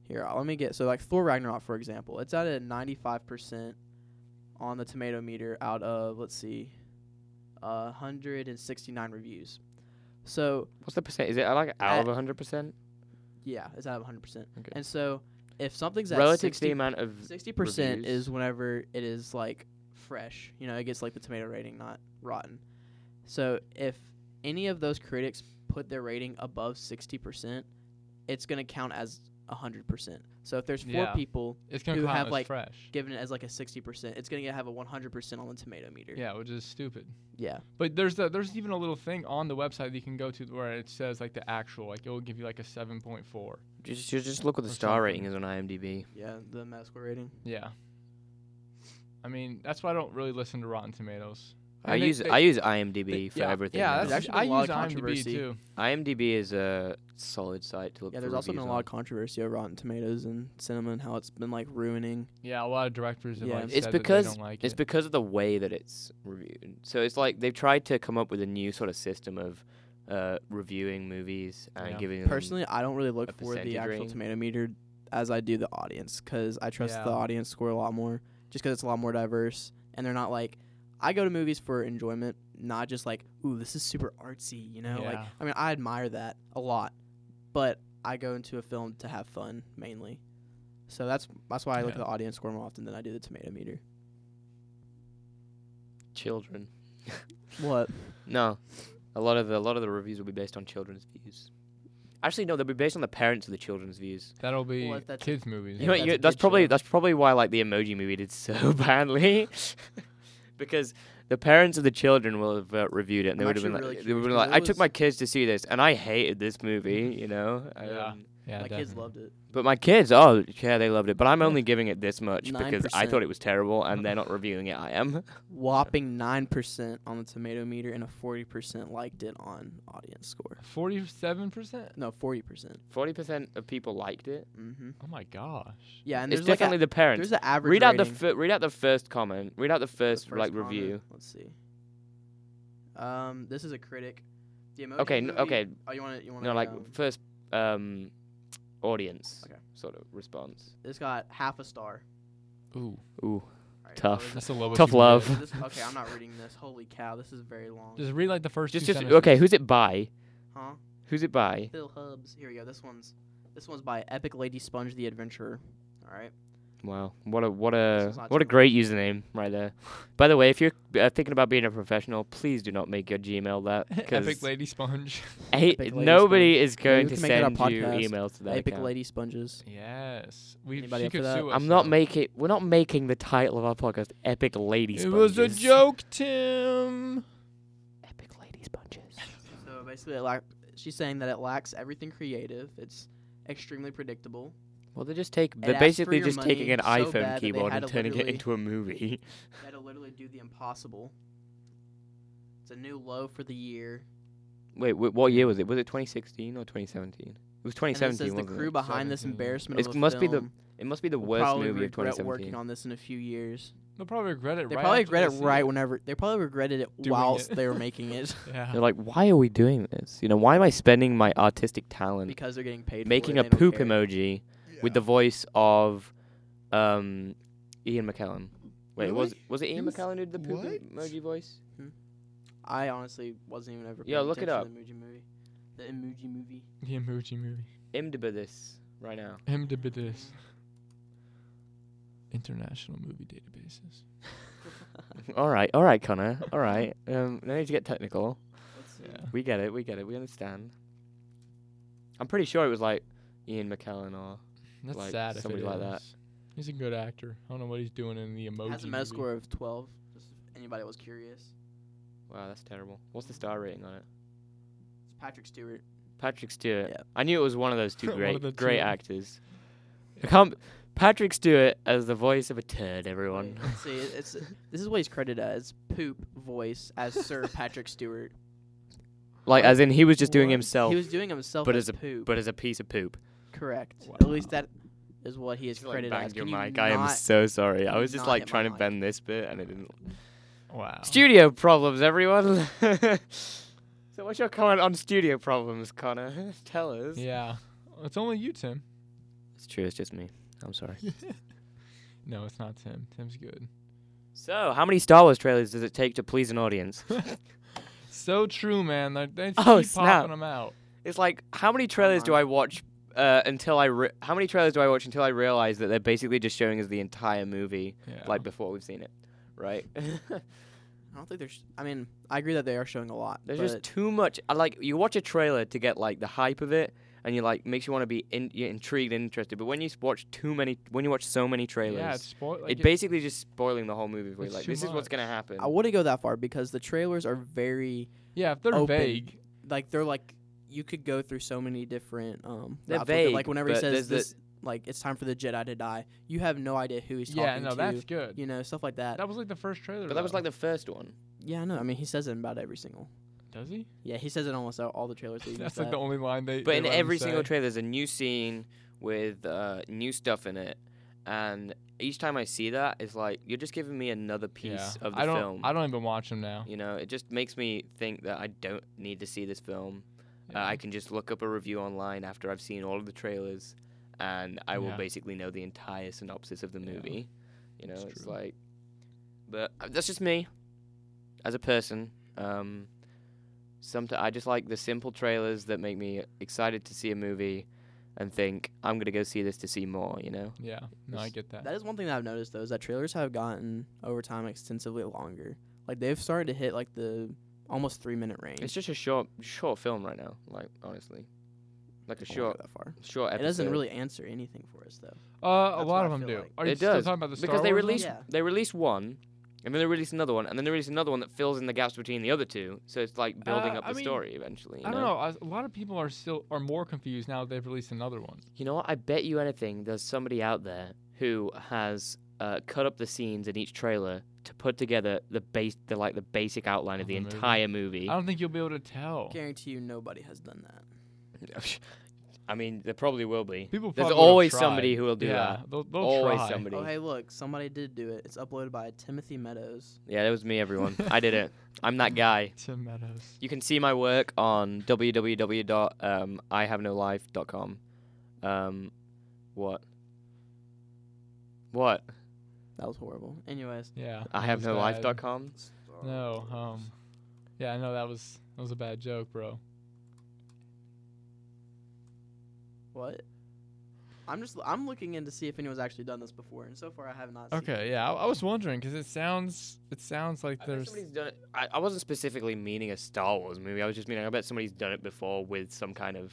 S3: Here, let me get so like Thor Ragnarok for example, it's at a ninety-five percent on the tomato meter out of let's see, uh, hundred and sixty-nine reviews. So
S1: What's the percent? Is it uh, like out
S3: At-
S1: of hundred percent
S3: yeah, it's out of hundred percent.
S1: Okay.
S3: And so if something's at
S1: relative to
S3: 60
S1: the amount of?
S3: Sixty percent
S1: reviews.
S3: is whenever it is like fresh. You know, it gets like the tomato rating, not rotten. So if any of those critics put their rating above sixty percent, it's gonna count as hundred percent. So if there's four
S2: Yeah.
S3: people
S2: It's gonna
S3: who
S2: come
S3: have,
S2: out as
S3: like-
S2: fresh.
S3: giving it as like a sixty percent, it's gonna have a one hundred percent on the tomato meter.
S2: Yeah, which is stupid.
S3: Yeah.
S2: But there's the, there's even a little thing on the website that you can go to where it says like the actual like it will give you like a 7.4.
S1: Just, just, just look what the
S2: Or
S1: star
S2: something.
S1: rating is on IMDb.
S3: Yeah, the Metascore rating.
S2: Yeah. I mean that's why I don't really listen to Rotten Tomatoes.
S1: I,
S2: And they-
S1: use,
S2: they-
S1: I use IMDb for
S2: yeah,
S1: everything.
S2: Yeah,
S1: now.
S2: that's
S3: There's actually
S2: I
S3: been a lot
S2: use
S3: of
S2: IMDb
S3: controversy.
S2: too.
S1: IMDb is a solid site to look.
S3: Yeah,
S1: for
S3: there's also been a
S1: reviews
S3: lot
S1: on.
S3: of controversy over Rotten Tomatoes and cinema and how it's been like ruining.
S2: Yeah, a lot of directors have
S3: Yeah.
S2: like
S1: It's
S2: said that they
S1: because-
S2: don't like
S1: It's
S2: it.
S1: because of the way that it's reviewed. So it's like they've tried to come up with a new sort of system of uh, reviewing movies and
S2: Yeah.
S1: giving them.
S3: Personally, I don't really
S1: a
S3: look for the
S1: percentage
S3: actual
S1: rating.
S3: tomato meter as I do the audience because I trust
S2: Yeah.
S3: the audience score a lot more just because it's a lot more diverse and they're not like I go to movies for enjoyment, not just like ooh this is super artsy, you know. Like
S2: Yeah.
S3: I mean I admire that a lot, but I go into a film to have fun mainly. So that's that's why I look at
S2: Yeah.
S3: the audience score more often than I do the tomato meter.
S1: children.
S3: What?
S1: No, a lot of the, a lot of the reviews will be based on children's views. Actually, no, they'll be based on the parents of the children's views.
S2: That'll be
S3: Well, if that's-
S2: kids
S1: You
S2: movies.
S3: Yeah,
S1: know,
S3: that's
S1: you,
S3: a
S1: that's
S3: good
S1: probably
S3: show.
S1: that's probably why like the Emoji Movie did so <laughs> badly, because the parents of the children will have uh, reviewed it and they
S3: I'm
S1: would have been
S3: actually
S1: like,
S3: really
S1: they would have been
S3: curious,
S1: like,
S3: 'cause it
S1: I took
S3: was- Mm-hmm.
S1: my kids to see this and I hated this movie, you know.
S2: Yeah.
S1: Um,
S3: My
S2: yeah,
S3: kids
S2: definitely.
S3: loved it.
S1: But my kids, oh yeah, they loved it. But I'm
S2: Yeah.
S1: only giving it this much because I
S3: 9%.
S1: thought it was terrible, and they're not reviewing it. I am. <laughs>
S3: Whopping nine percent on the tomato meter and a forty percent liked it on audience score.
S2: 47%?
S3: No, forty percent.
S1: Forty percent of people liked it.
S3: Mm-hmm.
S2: Oh my gosh.
S3: Yeah, and
S1: it's
S3: there's like
S1: definitely
S3: a,
S1: the
S3: there's
S1: parents.
S3: the average.
S1: Read out the
S3: rating,
S1: fir- read out the first comment. Read out the
S3: the
S1: first, like
S3: comment.
S1: review.
S3: Let's see. Um, this is a critic. The emoji
S1: Okay, n-
S3: movie-
S1: okay.
S3: Oh, you want to you want to
S1: No, like
S3: um,
S1: first um, audience
S3: Okay.
S1: sort of response.
S3: it's got half a star.
S2: Ooh,
S1: Ooh,
S3: Alright,
S1: Tough.
S3: so
S2: that's a low.
S1: Tough <laughs> love.
S3: this- this- okay, I'm not reading this. Holy cow, this is very long.
S2: Just read like the first
S1: just
S2: two
S1: just
S2: sentences.
S1: okay. Who's it by?
S3: Huh?
S1: Who's it by?
S3: Phil Hubs. Here we go. This one's this one's by Epic Lady Sponge the Adventurer. All right.
S1: Wow, what a what
S3: This
S1: a
S3: is not
S1: what a
S3: too bad.
S1: great username right there. By the way, if you're uh, thinking about being a professional, please do not make your Gmail that. 'cause-
S2: <laughs> <laughs> Epic Lady Sponge. <laughs>
S1: Hey,
S3: Epic Lady
S1: nobody is
S3: Maybe
S1: going to
S3: we can make that a
S1: send you
S3: podcast.
S1: emails to that
S3: Epic
S1: account.
S3: Lady Sponges.
S2: yes. We
S3: Anybody
S2: she
S3: up for
S2: could
S3: that?
S2: sue us.
S1: I'm not
S2: though.
S1: making. We're not making the title of our podcast "Epic Lady
S2: It
S1: Sponges."
S2: was a joke, Tim.
S1: Epic Lady Sponges.
S3: So basically, it lack, she's saying that it lacks everything creative. It's extremely predictable.
S1: Well, they just take. They're
S3: asked for
S1: basically
S3: your
S1: just taking
S3: money
S1: an
S3: so bad that
S1: iPhone
S3: they
S1: keyboard
S3: had
S1: and
S3: to
S1: turning it
S3: literally-
S1: into a
S3: <laughs>
S1: movie.
S3: That'll literally do the impossible. It's a new low for the year.
S1: Wait, wait, what year was it? Was it 2016 or 2017? It was
S3: And this
S1: 2017.
S3: is the
S1: wasn't
S3: crew
S1: it?
S3: behind this
S2: 17.
S3: embarrassment.
S1: It
S3: of a
S1: must be the
S3: film
S1: it must be the
S3: will
S1: worst
S3: probably
S1: movie of
S3: regret
S1: 2017.
S3: working on this in a few years.
S2: They'll probably regret it.
S3: They
S2: right
S3: probably
S2: after
S3: regret it
S2: see
S3: right whenever they probably regretted it
S2: Doing
S3: whilst
S2: it.
S3: they were making
S1: <laughs>
S3: it
S2: <laughs>
S3: <laughs>
S2: Yeah.
S1: They're like, why are we doing this? You know, why am I spending my artistic talent
S3: because they're getting paid.
S1: making a
S3: for it, they don't
S1: poop
S3: care.
S1: emoji? with the voice of um, Ian McKellen. Wait, was
S2: Really?
S1: was it Ian
S2: was-
S1: McKellen who did the poop
S2: what?
S1: emoji voice?
S3: I honestly wasn't even ever.
S1: Yeah,
S3: paying
S1: look it
S3: attention to The emoji movie. The
S1: <laughs>
S3: emoji movie. <laughs>
S2: the emoji movie.
S1: IMDb this right now.
S2: MDBDs. International movie databases.
S1: <laughs> all right, all right, Connor. All right. Um, no need to get technical.
S3: Let's see.
S2: Yeah.
S1: We get it. We get it. We understand. I'm pretty sure it was like Ian McKellen or
S2: That's
S1: Like,
S2: sad. If
S1: somebody
S2: it
S1: like that.
S2: is. He's a good actor. I don't know what he's doing in the emoji.
S3: Has a
S2: movie.
S3: med score of 12. Just if anybody was curious.
S1: wow, that's terrible. What's the star rating on it?
S3: It's Patrick Stewart.
S1: Patrick Stewart.
S3: Yeah.
S1: I knew it was one of those
S3: <laughs>
S1: two
S2: One
S1: great
S2: of the
S1: great
S2: two.
S1: actors. I can't Patrick Stewart as the voice of a turd, everyone.
S3: Wait, let's see, it- it's this is what he's credited as poop voice as
S1: <laughs>
S3: Sir Patrick Stewart.
S1: <laughs> like as in he was just doing
S2: What?
S1: himself
S3: He was doing
S1: Oh.
S3: himself
S1: but
S3: as
S1: as a-
S3: poop.
S1: but as a piece of poop.
S3: Correct.
S2: Wow.
S3: At least that is what he is
S1: Just, like,
S3: credited
S1: banged
S3: as.
S1: your
S3: Can you
S1: mic. I am
S3: not-
S1: so sorry. I
S3: can you
S1: was just
S3: not
S1: like
S3: hit my
S1: trying to
S3: mic? Oh.
S1: bend this bit and it didn't.
S2: Wow.
S1: Studio problems, everyone. <laughs> so what's your comment on studio problems, Connor? <laughs> Tell us.
S2: Yeah. It's only you, Tim.
S1: It's true. It's just me. I'm sorry.
S2: No, it's not Tim. Tim's good.
S1: So, how many Star Wars trailers does it take to please an audience?
S2: So true, man. Like, They
S1: Oh,
S2: keep
S1: snap.
S2: popping them out.
S1: It's like how many trailers do
S3: on.
S1: I watch uh, until I re- how many trailers do I watch until I realize that they're basically just showing us the entire movie
S2: Yeah.
S1: like before we've seen it, right? <laughs>
S3: I don't think there's. I mean, I agree that they are showing a lot.
S1: There's
S3: but
S1: just too much. I like you watch a trailer to get like the hype of it, and you like makes you want to be in, you're intrigued and interested. But when you s- watch too many, when you watch so many trailers,
S2: Yeah, it's spoil- like
S1: it basically just spoiling the whole movie for you.
S2: it's
S1: Like
S2: too
S1: this is what's gonna
S2: much.
S1: happen.
S3: I wouldn't go that far because the trailers are very
S2: yeah, if they're
S3: open.
S2: vague.
S3: like they're like you could go through so many different um
S1: They're
S3: routes with it.
S1: vague,
S3: like whenever he
S1: but
S3: says
S1: there's the-
S3: this like it's time for the Jedi to die, you have no idea who he's
S2: Yeah,
S3: talking
S2: no,
S3: to.
S2: that's good.
S3: you know, stuff like that.
S2: That was like the first trailer.
S1: but that was
S2: though.
S1: like the first one.
S3: yeah, I know. I mean, he says it in about every single.
S2: Does he?
S3: Yeah, he says it almost all, all the trailers. That he
S2: That's
S3: does
S2: like
S3: that.
S2: the only line <laughs> they.
S1: But
S2: they
S1: in
S2: let him
S1: every single
S2: say.
S1: trailer, there's a new scene with uh, new stuff in it, and each time I see that, it's like you're just giving me another piece
S2: Yeah.
S1: of the
S2: I don't.
S1: film.
S2: I don't even watch them now.
S1: you know, it just makes me think that I don't need to see this film. Uh, I
S2: Yeah.
S1: can just look up a review online after I've seen all of the trailers, and I will
S2: Yeah.
S1: basically know the entire synopsis of the
S2: Yeah.
S1: movie. You know,
S2: That's
S1: it's
S2: true.
S1: like, but uh, that's just me, as a person. Um, sometimes I just like the simple trailers that make me excited to see a movie, and think I'm gonna go see this to see more. You know,
S2: yeah. No, I
S1: It's-
S2: get that.
S3: That is one thing that I've noticed though is that trailers have gotten over time extensively longer. Like they've started to hit like the almost three minute range.
S1: it's just a short, short film right now. Like honestly, like a
S3: I won't
S1: short,
S3: go that far.
S1: short episode.
S3: Oh It doesn't really answer anything for us though.
S2: uh, a
S3: what
S2: lot
S3: I
S2: of them
S3: feel
S2: do.
S3: like.
S2: Are you
S1: It
S2: still
S1: does,
S2: talking about the Star
S1: because they
S2: Wars
S1: release
S3: Yeah.
S1: they release one, and then they release another one, and then they release another one that fills in the gaps between the other two. So it's like building
S2: Uh,
S1: up
S2: I
S1: the
S2: mean,
S1: story eventually. You
S2: I
S1: know?
S2: don't know. I- A lot of people are still are more confused now that they've released another one.
S1: You know what? I bet you anything, there's somebody out there who has uh, cut up the scenes in each trailer to put together the base, the like the basic outline of
S2: Of
S1: the
S2: the movie.
S1: entire movie.
S2: I don't think you'll be able to tell.
S3: Guarantee you, nobody has done that.
S1: <laughs> I mean, there probably will be.
S2: People
S1: There's
S2: probably would've
S1: always
S2: tried.
S1: somebody who will do
S2: yeah,
S1: that.
S2: They'll, they'll
S1: Always
S2: try.
S1: somebody.
S3: Oh hey, look, somebody did do it. It's uploaded by Timothy Meadows.
S1: Yeah, that was me, everyone. I did it. I'm that guy.
S2: Tim Meadows.
S1: You can see my work on um, www.ihavenolife.com. Um, what? What?
S3: That was horrible. Anyways.
S2: Yeah.
S1: I
S2: that
S1: have
S2: was
S1: no
S2: bad.
S1: life.com.
S2: No. Um. Yeah, I know that was that was a bad joke, bro.
S3: What? I'm just I'm looking in to see if anyone's actually done this before, and so far I have not. Seen it.
S2: Okay. Yeah, I, I was wondering because it sounds it sounds like
S1: I bet
S2: there's
S1: somebody's done it. I, I wasn't specifically meaning a Star Wars movie. I was just meaning I bet somebody's done it before with some kind of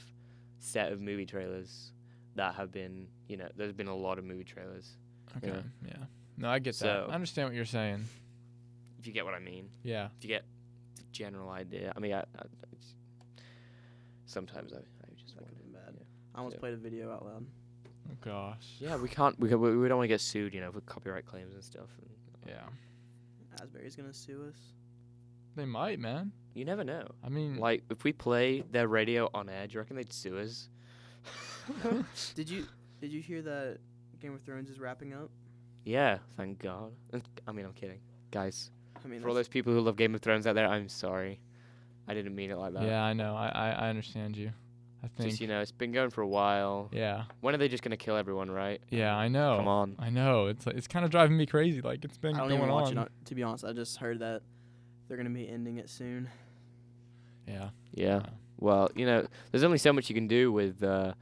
S1: set of movie trailers that have been, you know, there's been a lot of movie trailers.
S2: okay. Yeah. No, I get
S1: So-
S2: that. I understand what you're saying.
S1: If you get what I mean.
S2: Yeah.
S1: If you get the general idea. I mean, I, I, it's- sometimes I, I just
S3: That
S1: wonder.
S3: could've been bad. I almost
S1: Yeah.
S3: played a video out loud.
S2: Oh gosh.
S1: Yeah, we can't. We, we we don't want to get sued, you know, for copyright claims and stuff. And
S2: Yeah.
S3: Asbury's gonna sue us.
S2: They might, man.
S1: you never know.
S2: I mean,
S1: Like, if we play their radio on air, do you reckon they'd sue us?
S3: <laughs> Did you Did you hear that Game of Thrones is wrapping up?
S1: <laughs> yeah, thank God. I mean, I'm kidding, guys.
S3: I mean,
S1: For all
S3: that's-
S1: those people who love Game of Thrones out there, I'm sorry. I didn't mean it like that.
S2: yeah, I know. I, I I understand you. I think.
S1: Just you know, it's been going for a while.
S2: yeah.
S1: When are they just gonna kill everyone, right?
S2: Yeah, Oh. I know.
S1: Come on.
S2: I know. It's like, it's kind of driving me crazy. Like it's been
S3: I don't
S2: going
S3: even
S2: on.
S3: watch it. on- To be honest, I just heard that they're gonna be ending it soon.
S2: Yeah.
S1: Yeah.
S2: Yeah.
S1: Well, you know, there's only so much you can do with, uh,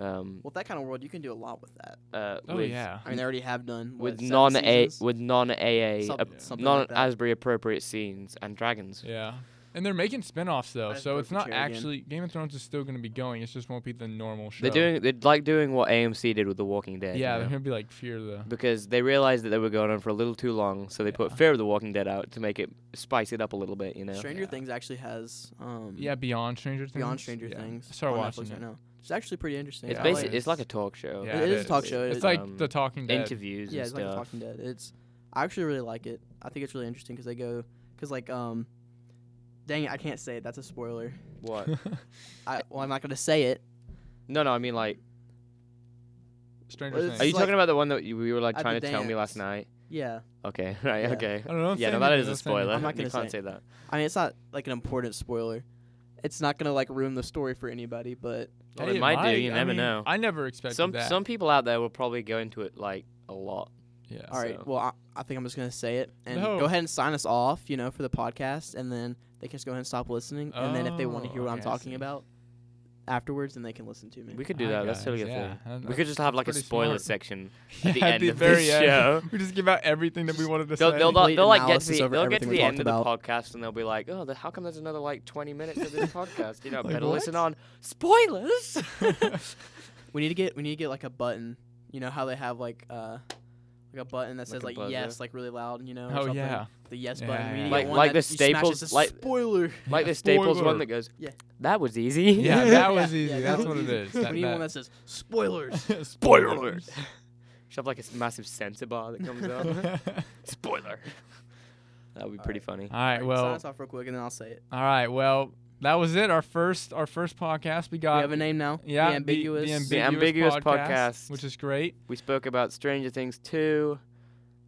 S1: um,
S3: Well, that kind of world, you can do a lot with that.
S1: uh,
S2: Oh
S1: with,
S2: yeah.
S3: I mean, they already have done
S1: with
S3: seven
S1: non a
S3: seasons?
S1: with non AA
S3: Some-
S1: uh,
S3: something
S1: non
S3: like that.
S1: Asbury appropriate scenes and dragons.
S2: Yeah. And they're making spin-offs though,
S3: I just
S2: so
S3: broke
S2: it's
S3: the
S2: not
S3: chair again.
S2: actually Game of Thrones is still going to be going. It just won't be the normal show.
S1: They're doing they're like doing what AMC did with The Walking Dead. you
S2: Yeah,
S1: know?
S2: <laughs> they're going to be like Fear the
S1: because they realized that they were going on for a little too long, so they put
S2: Yeah.
S1: Fear of the Walking Dead out to make it spice it up a little bit, you know.
S3: Stranger
S2: Yeah.
S3: Things actually has um
S2: Yeah, Beyond Stranger Things.
S3: Beyond Stranger
S2: Yeah.
S3: Things.
S2: I started
S3: on
S2: watching
S3: Netflix
S2: it.
S3: right now. It's actually pretty interesting.
S1: It's
S3: I
S1: basic.
S3: like
S1: it's like a talk show.
S2: Yeah,
S3: it
S2: it
S3: is a talk
S1: is.
S3: show.
S2: It's
S3: It-
S2: like
S1: um,
S2: The Talking Dead.
S1: Interviews
S3: yeah,
S1: and
S3: it's
S1: stuff.
S3: like The Talking Dead. It's I actually really like it. I think it's really interesting because they go because like um, dang it, I can't say it. That's a spoiler.
S2: <laughs>
S1: What?
S3: I well, I'm not gonna say it.
S1: No, no. I mean, like,
S2: Stranger
S3: Well,
S2: Things.
S3: it's
S1: are you
S3: like-
S1: talking about the one that you, we were like
S3: At the
S1: trying to tell me last
S3: dance.
S1: night?
S3: Yeah,
S1: Okay. <laughs> Right.
S3: Yeah.
S1: Okay.
S2: I don't know.
S1: Yeah. No,
S2: saying
S1: that
S2: it,
S1: is a
S2: don't say it.
S1: spoiler.
S3: I'm not
S1: you
S3: gonna
S1: can't
S3: say
S1: say that.
S3: I mean it's not like an important spoiler. It's not gonna like ruin the story for anybody, but
S1: Well,
S2: Hey,
S1: it might do. You
S2: I
S1: never
S2: mean,
S1: know.
S2: I never expected
S1: Some
S2: that.
S1: some people out there will probably go into it like a lot.
S2: yeah.
S3: all right.
S1: So-
S3: Well, I, I think I'm just gonna say it and
S2: No.
S3: go ahead and sign us off, you know, for the podcast, and then they can just go ahead and stop listening, and then if they want to
S2: Oh,
S3: hear what I'm
S2: okay, I
S3: talking
S2: see.
S3: about afterwards, then they can listen to me.
S1: We could do
S2: Hi,
S1: that. That's
S2: guys.
S1: totally a
S2: Yeah,
S1: thing.
S2: and
S1: We
S2: <laughs>
S1: could just have like a
S2: pretty
S1: spoiler
S2: smart.
S1: section
S2: Yeah,
S1: at the end of
S2: very
S1: this
S2: end.
S1: show.
S2: <laughs> We just give out everything that we wanted to
S1: They'll,
S2: say. <laughs>
S1: they'll, they'll,
S3: Complete
S1: they'll, like get to
S3: analysis
S1: the,
S3: over
S1: they'll get
S3: everything
S1: to
S3: we
S1: the end of
S3: talked
S1: the
S3: about.
S1: podcast and they'll be like, oh, the, how come there's another like 20 minutes of
S2: <laughs>
S1: this podcast? You know,
S2: Like,
S1: better
S2: what?
S1: listen on spoilers.
S2: Oh,
S3: We need to get we need to get like a button. You know how they have like uh like a button
S1: Like
S3: that says
S1: a
S3: like
S1: buzzer?
S3: yes, like really loud, you know. or
S2: oh
S3: something.
S2: yeah.
S3: The yes
S2: Yeah,
S3: button. We
S2: yeah,
S3: need to
S2: yeah.
S1: Like-
S3: get one
S1: like
S3: that
S1: the
S3: you smash, it
S1: Staples-
S3: says,
S1: like-
S3: spoiler.
S1: like the Staples one
S2: Spoiler.
S1: that goes,
S3: Yeah.
S1: that was easy. <laughs>
S2: Yeah, <laughs> that was easy.
S3: yeah,
S2: That's
S3: that
S2: <laughs> what
S3: was
S2: it
S3: easy.
S2: is.
S3: <laughs>
S2: That,
S3: we need one
S2: that-
S3: that says spoilers.
S2: <laughs>
S1: Spoilers. <laughs> Shove like a s- massive censor bar that comes
S2: All <laughs>
S1: up. Spoiler. That would be pretty funny.
S2: right.
S3: sign
S2: Well.
S3: us off real quick and then I'll say it.
S2: All right. Well. That was it. Our first. Our first podcast. We got.
S3: we have a name now.
S2: yeah.
S3: The ambiguous.
S2: The, ambiguous,
S1: The ambiguous
S2: podcast,
S1: podcast.
S2: Which is great.
S1: We spoke about Stranger Things 2.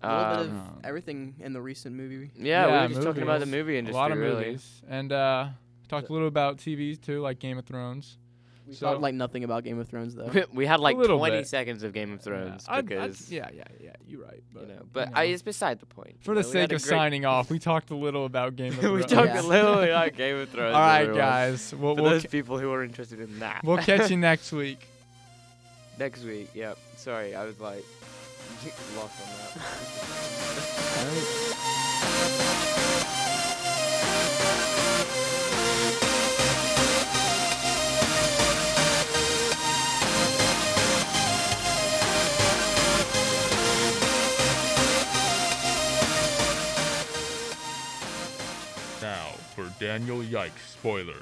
S3: a little bit of
S1: Um,
S2: um,
S3: everything in the recent movie.
S1: yeah,
S2: Yeah,
S1: we were just talking about the
S2: movies.
S1: movie
S2: A
S1: industry,
S2: lot of
S1: really.
S2: movies. And uh, talked a little about TVs too, like Game of Thrones.
S3: We
S2: So-
S3: talked like nothing about Game
S1: <laughs>
S3: of Thrones though.
S1: We- We had like
S2: little
S1: 20
S2: bit.
S1: seconds of Game of Thrones
S2: yeah. I'd- I'd-
S1: because,
S2: yeah, yeah, yeah. You're right. But,
S1: you know, but I, it's beside the point.
S2: for
S1: you
S2: the
S1: know, we had
S2: sake
S1: a
S2: of
S1: great-
S2: signing off,
S1: <laughs>
S2: we talked a little about Game
S1: we
S2: of Thrones.
S1: talked
S3: Yeah.
S1: a little bit about Game of Thrones.
S2: <laughs> All right,
S1: everyone. <laughs>
S2: guys. We'll,
S1: For
S2: we'll,
S1: those people who are interested in that, <laughs>
S2: we'll catch you next week.
S1: next week. Yep. Sorry, I was like <laughs> lost on that.
S4: Now for Daniel Yikes spoilers.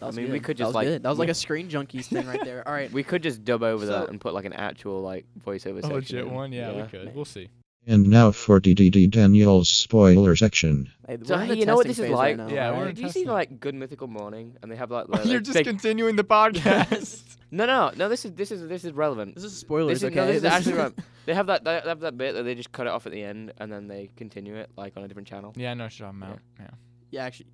S3: That was
S1: mean, we
S3: good.
S1: could
S3: That
S1: just,
S3: was
S1: like,
S3: good. that was
S1: we-
S3: like a screen
S1: <laughs>
S3: junkies thing right there. All right.
S1: We could just dub over that
S3: So-
S1: and put like an actual like voiceover.
S2: A
S1: section
S2: Oh, legit
S1: in.
S2: one? Yeah, we could. We'll see.
S5: And now for DDD Daniel's spoiler section.
S3: Hey, we're
S1: So
S3: in
S1: hey,
S3: the
S1: you know what
S3: testing
S1: this is
S3: phase
S1: like?
S3: right now,
S2: Yeah,
S3: all
S2: we're
S3: right?
S2: in
S1: Do you see
S2: testing.
S1: like Good Mythical Morning, and they have <laughs> like. the-
S2: <laughs> You're
S1: like,
S2: just
S1: they-
S2: continuing
S1: <laughs>
S2: the podcast.
S1: no, no, no. This is this is this is relevant.
S3: This is spoilers.
S1: This is,
S3: okay.
S1: no, this is
S3: <laughs> This
S1: actually relevant. They have that they have that bit that they just cut it off at the end and then they continue it like on a different channel.
S2: yeah, I know what you're talking about. Yeah.
S3: yeah, actually,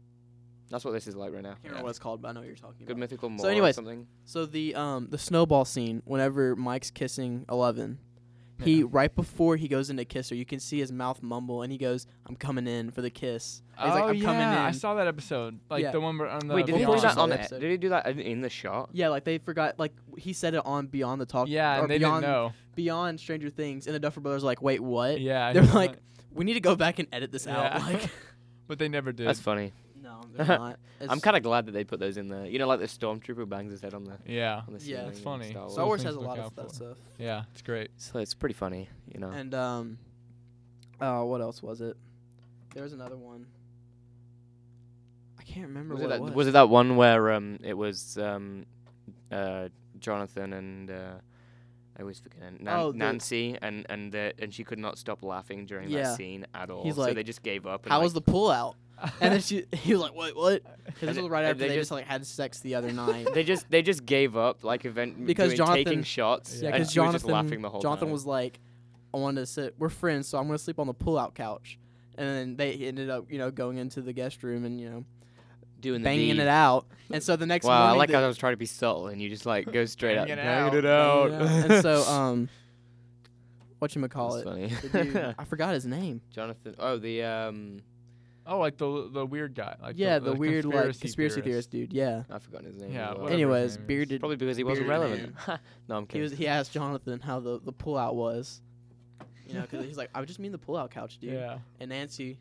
S1: That's what this is like right now.
S3: I can't remember what it's called, but I know what you're talking
S1: Good
S3: about.
S1: Mythical Morning. or
S3: anyways,
S1: something.
S3: So the um the snowball scene, whenever Mike's kissing Eleven, he
S2: Yeah.
S3: right before he goes in to kiss her, you can see his mouth mumble and he goes, "I'm coming in for the kiss." And he's
S2: oh,
S3: like, "I'm
S2: yeah.
S3: coming in."
S2: I saw that episode. Like
S3: Yeah.
S2: the one where on the
S1: Wait, did he
S3: Beyond
S1: do that
S3: Saw
S1: on?
S3: the
S1: The,
S3: episode.
S1: did he do that in, in the shot?
S3: yeah, like they forgot. Like he said it on Beyond the Talk.
S2: Yeah,
S3: or
S2: and they
S3: Beyond
S2: didn't know.
S3: Beyond Stranger Things, and the Duffer Brothers are like, "Wait,
S1: <laughs>
S3: what?"
S2: Yeah, I
S3: They're
S2: know
S3: like,
S2: that.
S3: "We need to go back and edit this out."
S2: Yeah. <laughs>
S3: Like, <laughs>
S2: but they never did.
S1: That's funny.
S3: no, they're not.
S1: I'm kind of glad that they put those in there. You know, like the stormtrooper bangs his head on the
S2: yeah,
S1: on the
S3: Yeah.
S1: ceiling
S3: That's
S1: in
S2: funny.
S1: Star
S3: Star
S2: Those
S1: Wars.
S3: Wars has
S2: things
S3: a
S2: look
S3: lot of
S2: out
S3: that
S2: for.
S3: stuff.
S2: yeah, it's great.
S1: So it's pretty funny, you know.
S3: And um, uh, what else was it? There was another one. I can't remember
S1: was
S3: what
S1: it that
S3: it was.
S1: was it that one where um it was um uh Jonathan and uh I always forget her- Nan-
S3: Oh, the-
S1: Nancy and and the, and she could not stop laughing during
S3: Yeah.
S1: that scene at all.
S3: He's
S1: so
S3: like,
S1: they just gave up. And
S3: How
S1: like,
S3: was the pullout? And
S2: <laughs>
S3: then she, <laughs> he was like, "Wait, what?"
S1: And
S3: Because this
S1: it-
S3: was right
S1: and
S3: after
S1: they
S3: they, just,
S1: just-
S3: like had sex
S1: <laughs>
S3: the other night.
S1: they just they just gave up like event
S3: Because
S1: doing,
S3: Jonathan-
S1: taking shots
S3: yeah,
S2: and
S3: because
S1: she was
S3: Jonathan,
S1: just laughing the whole
S3: Jonathan
S1: time.
S3: was like, "I wanted to sit. We're friends, so I'm gonna sleep on the pullout couch." And then they ended up, you know, going into the guest room and you know
S1: doing the
S3: banging
S1: deed.
S3: it out. And so the next
S1: Wow, I
S3: morning,
S1: like
S3: the-
S1: how I was trying to be subtle and you just like go straight up.
S2: Banging it
S1: banging
S2: out.
S1: it
S3: banging
S1: out.
S3: it out. and so um, what you call it?
S1: That's
S3: The
S1: funny.
S3: dude, I forgot his name.
S1: <laughs> Jonathan. Oh, the um,
S2: <laughs> oh, like the the weird guy. <laughs> Like
S3: yeah,
S2: the,
S3: the, weird like conspiracy theorist
S2: theorist.
S3: dude. Yeah.
S1: I've forgotten his name.
S2: Yeah,
S1: as well.
S2: Whatever his
S3: Anyways,
S2: name is.
S3: bearded.
S1: Probably because he wasn't
S3: bearded
S1: relevant. no, I'm
S3: He
S1: kidding.
S3: was. He asked Jonathan how the the pullout was. You know, because he's like, I just mean the pullout couch, dude.
S2: Yeah.
S3: And Nancy,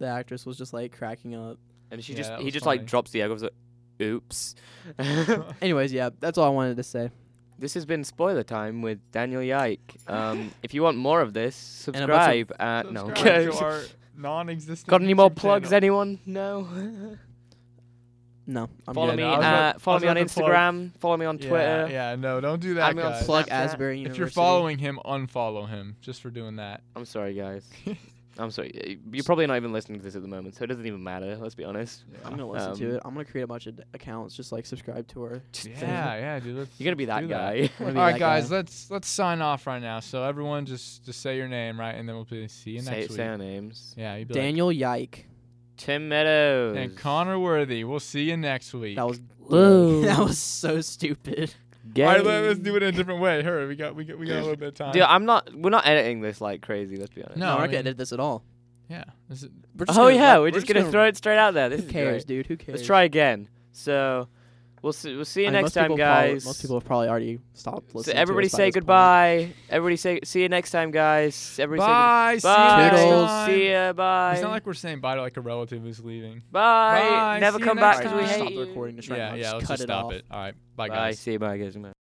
S3: the actress, was just like cracking up.
S1: and she
S2: Yeah,
S1: just
S2: that
S1: he
S2: was
S1: just like
S2: funny.
S1: drops the egg. I was like, oops. <laughs>
S3: <laughs> Anyways, yeah, that's all I wanted to say.
S1: this has been spoiler time with Daniel Yike.
S2: <laughs>
S1: Um, if you want more of this,
S3: And a bunch
S1: subscribe at no.
S2: Subscribe
S1: <laughs>
S2: to our non-existent.
S1: Got any more
S2: YouTube
S1: plugs?
S2: channel.
S1: Anyone? No. <laughs>
S3: No, I'm
S1: follow
S3: good.
S1: me.
S2: I was
S1: Uh,
S2: about- I
S1: follow
S2: was
S1: me on
S2: about to plug-
S1: Instagram. Follow me on
S2: Yeah,
S1: Twitter.
S2: Yeah, no, don't do that,
S1: I'm gonna
S2: guys.
S1: plug
S3: Plug
S1: Snapchat.
S3: Asbury University.
S2: if you're following him, unfollow him just for doing that.
S1: I'm sorry, guys. I'm sorry. Y- You're probably not even listening to this at the moment, so it doesn't even matter. Let's be honest.
S3: I'm
S2: Yeah,
S3: gonna listen to
S1: Um,
S3: it. I'm gonna create a bunch of d- accounts, just like subscribe to
S2: <laughs>
S3: her.
S1: <laughs> Just-
S2: yeah, dude. Let's,
S1: You're gonna be that
S2: let's do
S1: guy.
S3: I'm gonna
S2: All
S3: be
S2: right,
S3: that
S2: guys,
S3: guy.
S2: let's let's sign off right now. So everyone, just just say your name, right, and then we'll be see
S1: <laughs>
S2: you
S1: say,
S2: next
S1: say
S2: week.
S1: our names.
S2: Yeah, you'd be like,
S3: Daniel Yike.
S1: Tim Meadows.
S2: and Connor Worthy. We'll see you next week.
S3: That was
S1: Whoa.
S3: <laughs> that was so stupid.
S1: Gay.
S2: All right, let- let's do it in a different way. Hurry, we got we got we got a little bit of time.
S1: Dude, I'm not. We're not editing this like crazy. Let's be honest.
S2: No,
S3: No, we're
S2: I
S3: not gonna
S2: mean-
S3: edit this at all.
S2: yeah. This is-
S3: We're just
S1: Oh
S3: gonna,
S1: yeah,
S3: like,
S1: we're, just gonna, throw it straight out there. This
S3: Who
S1: is
S3: cares,
S1: great.
S3: dude? Who cares?
S1: Let's try again. So, we'll see. We'll see you
S3: I mean,
S1: next
S3: most
S1: time,
S3: people probably-
S1: guys.
S3: most people have probably already stopped
S1: so
S3: listening.
S1: everybody
S3: to us by
S1: say
S3: this point.
S1: goodbye. Everybody say see you next time, guys. Everybody
S2: bye.
S1: say goodbye.
S3: next
S1: Toodles.
S3: time.
S1: See ya. Bye.
S2: It's not like we're saying bye to like a relative who's leaving.
S1: bye.
S2: Bye,
S1: Never
S2: see you
S1: come
S2: next
S1: back
S3: Alright,
S1: because we
S3: just
S2: time.
S1: hate
S3: stop the
S1: you.
S3: recording. Just right
S2: yeah,
S3: now.
S2: yeah.
S3: Just
S2: let's
S3: cut
S2: just
S3: it
S2: stop
S3: off.
S2: it. All right, bye
S1: Bye.
S2: guys.
S1: See you. Bye, guys. Bye.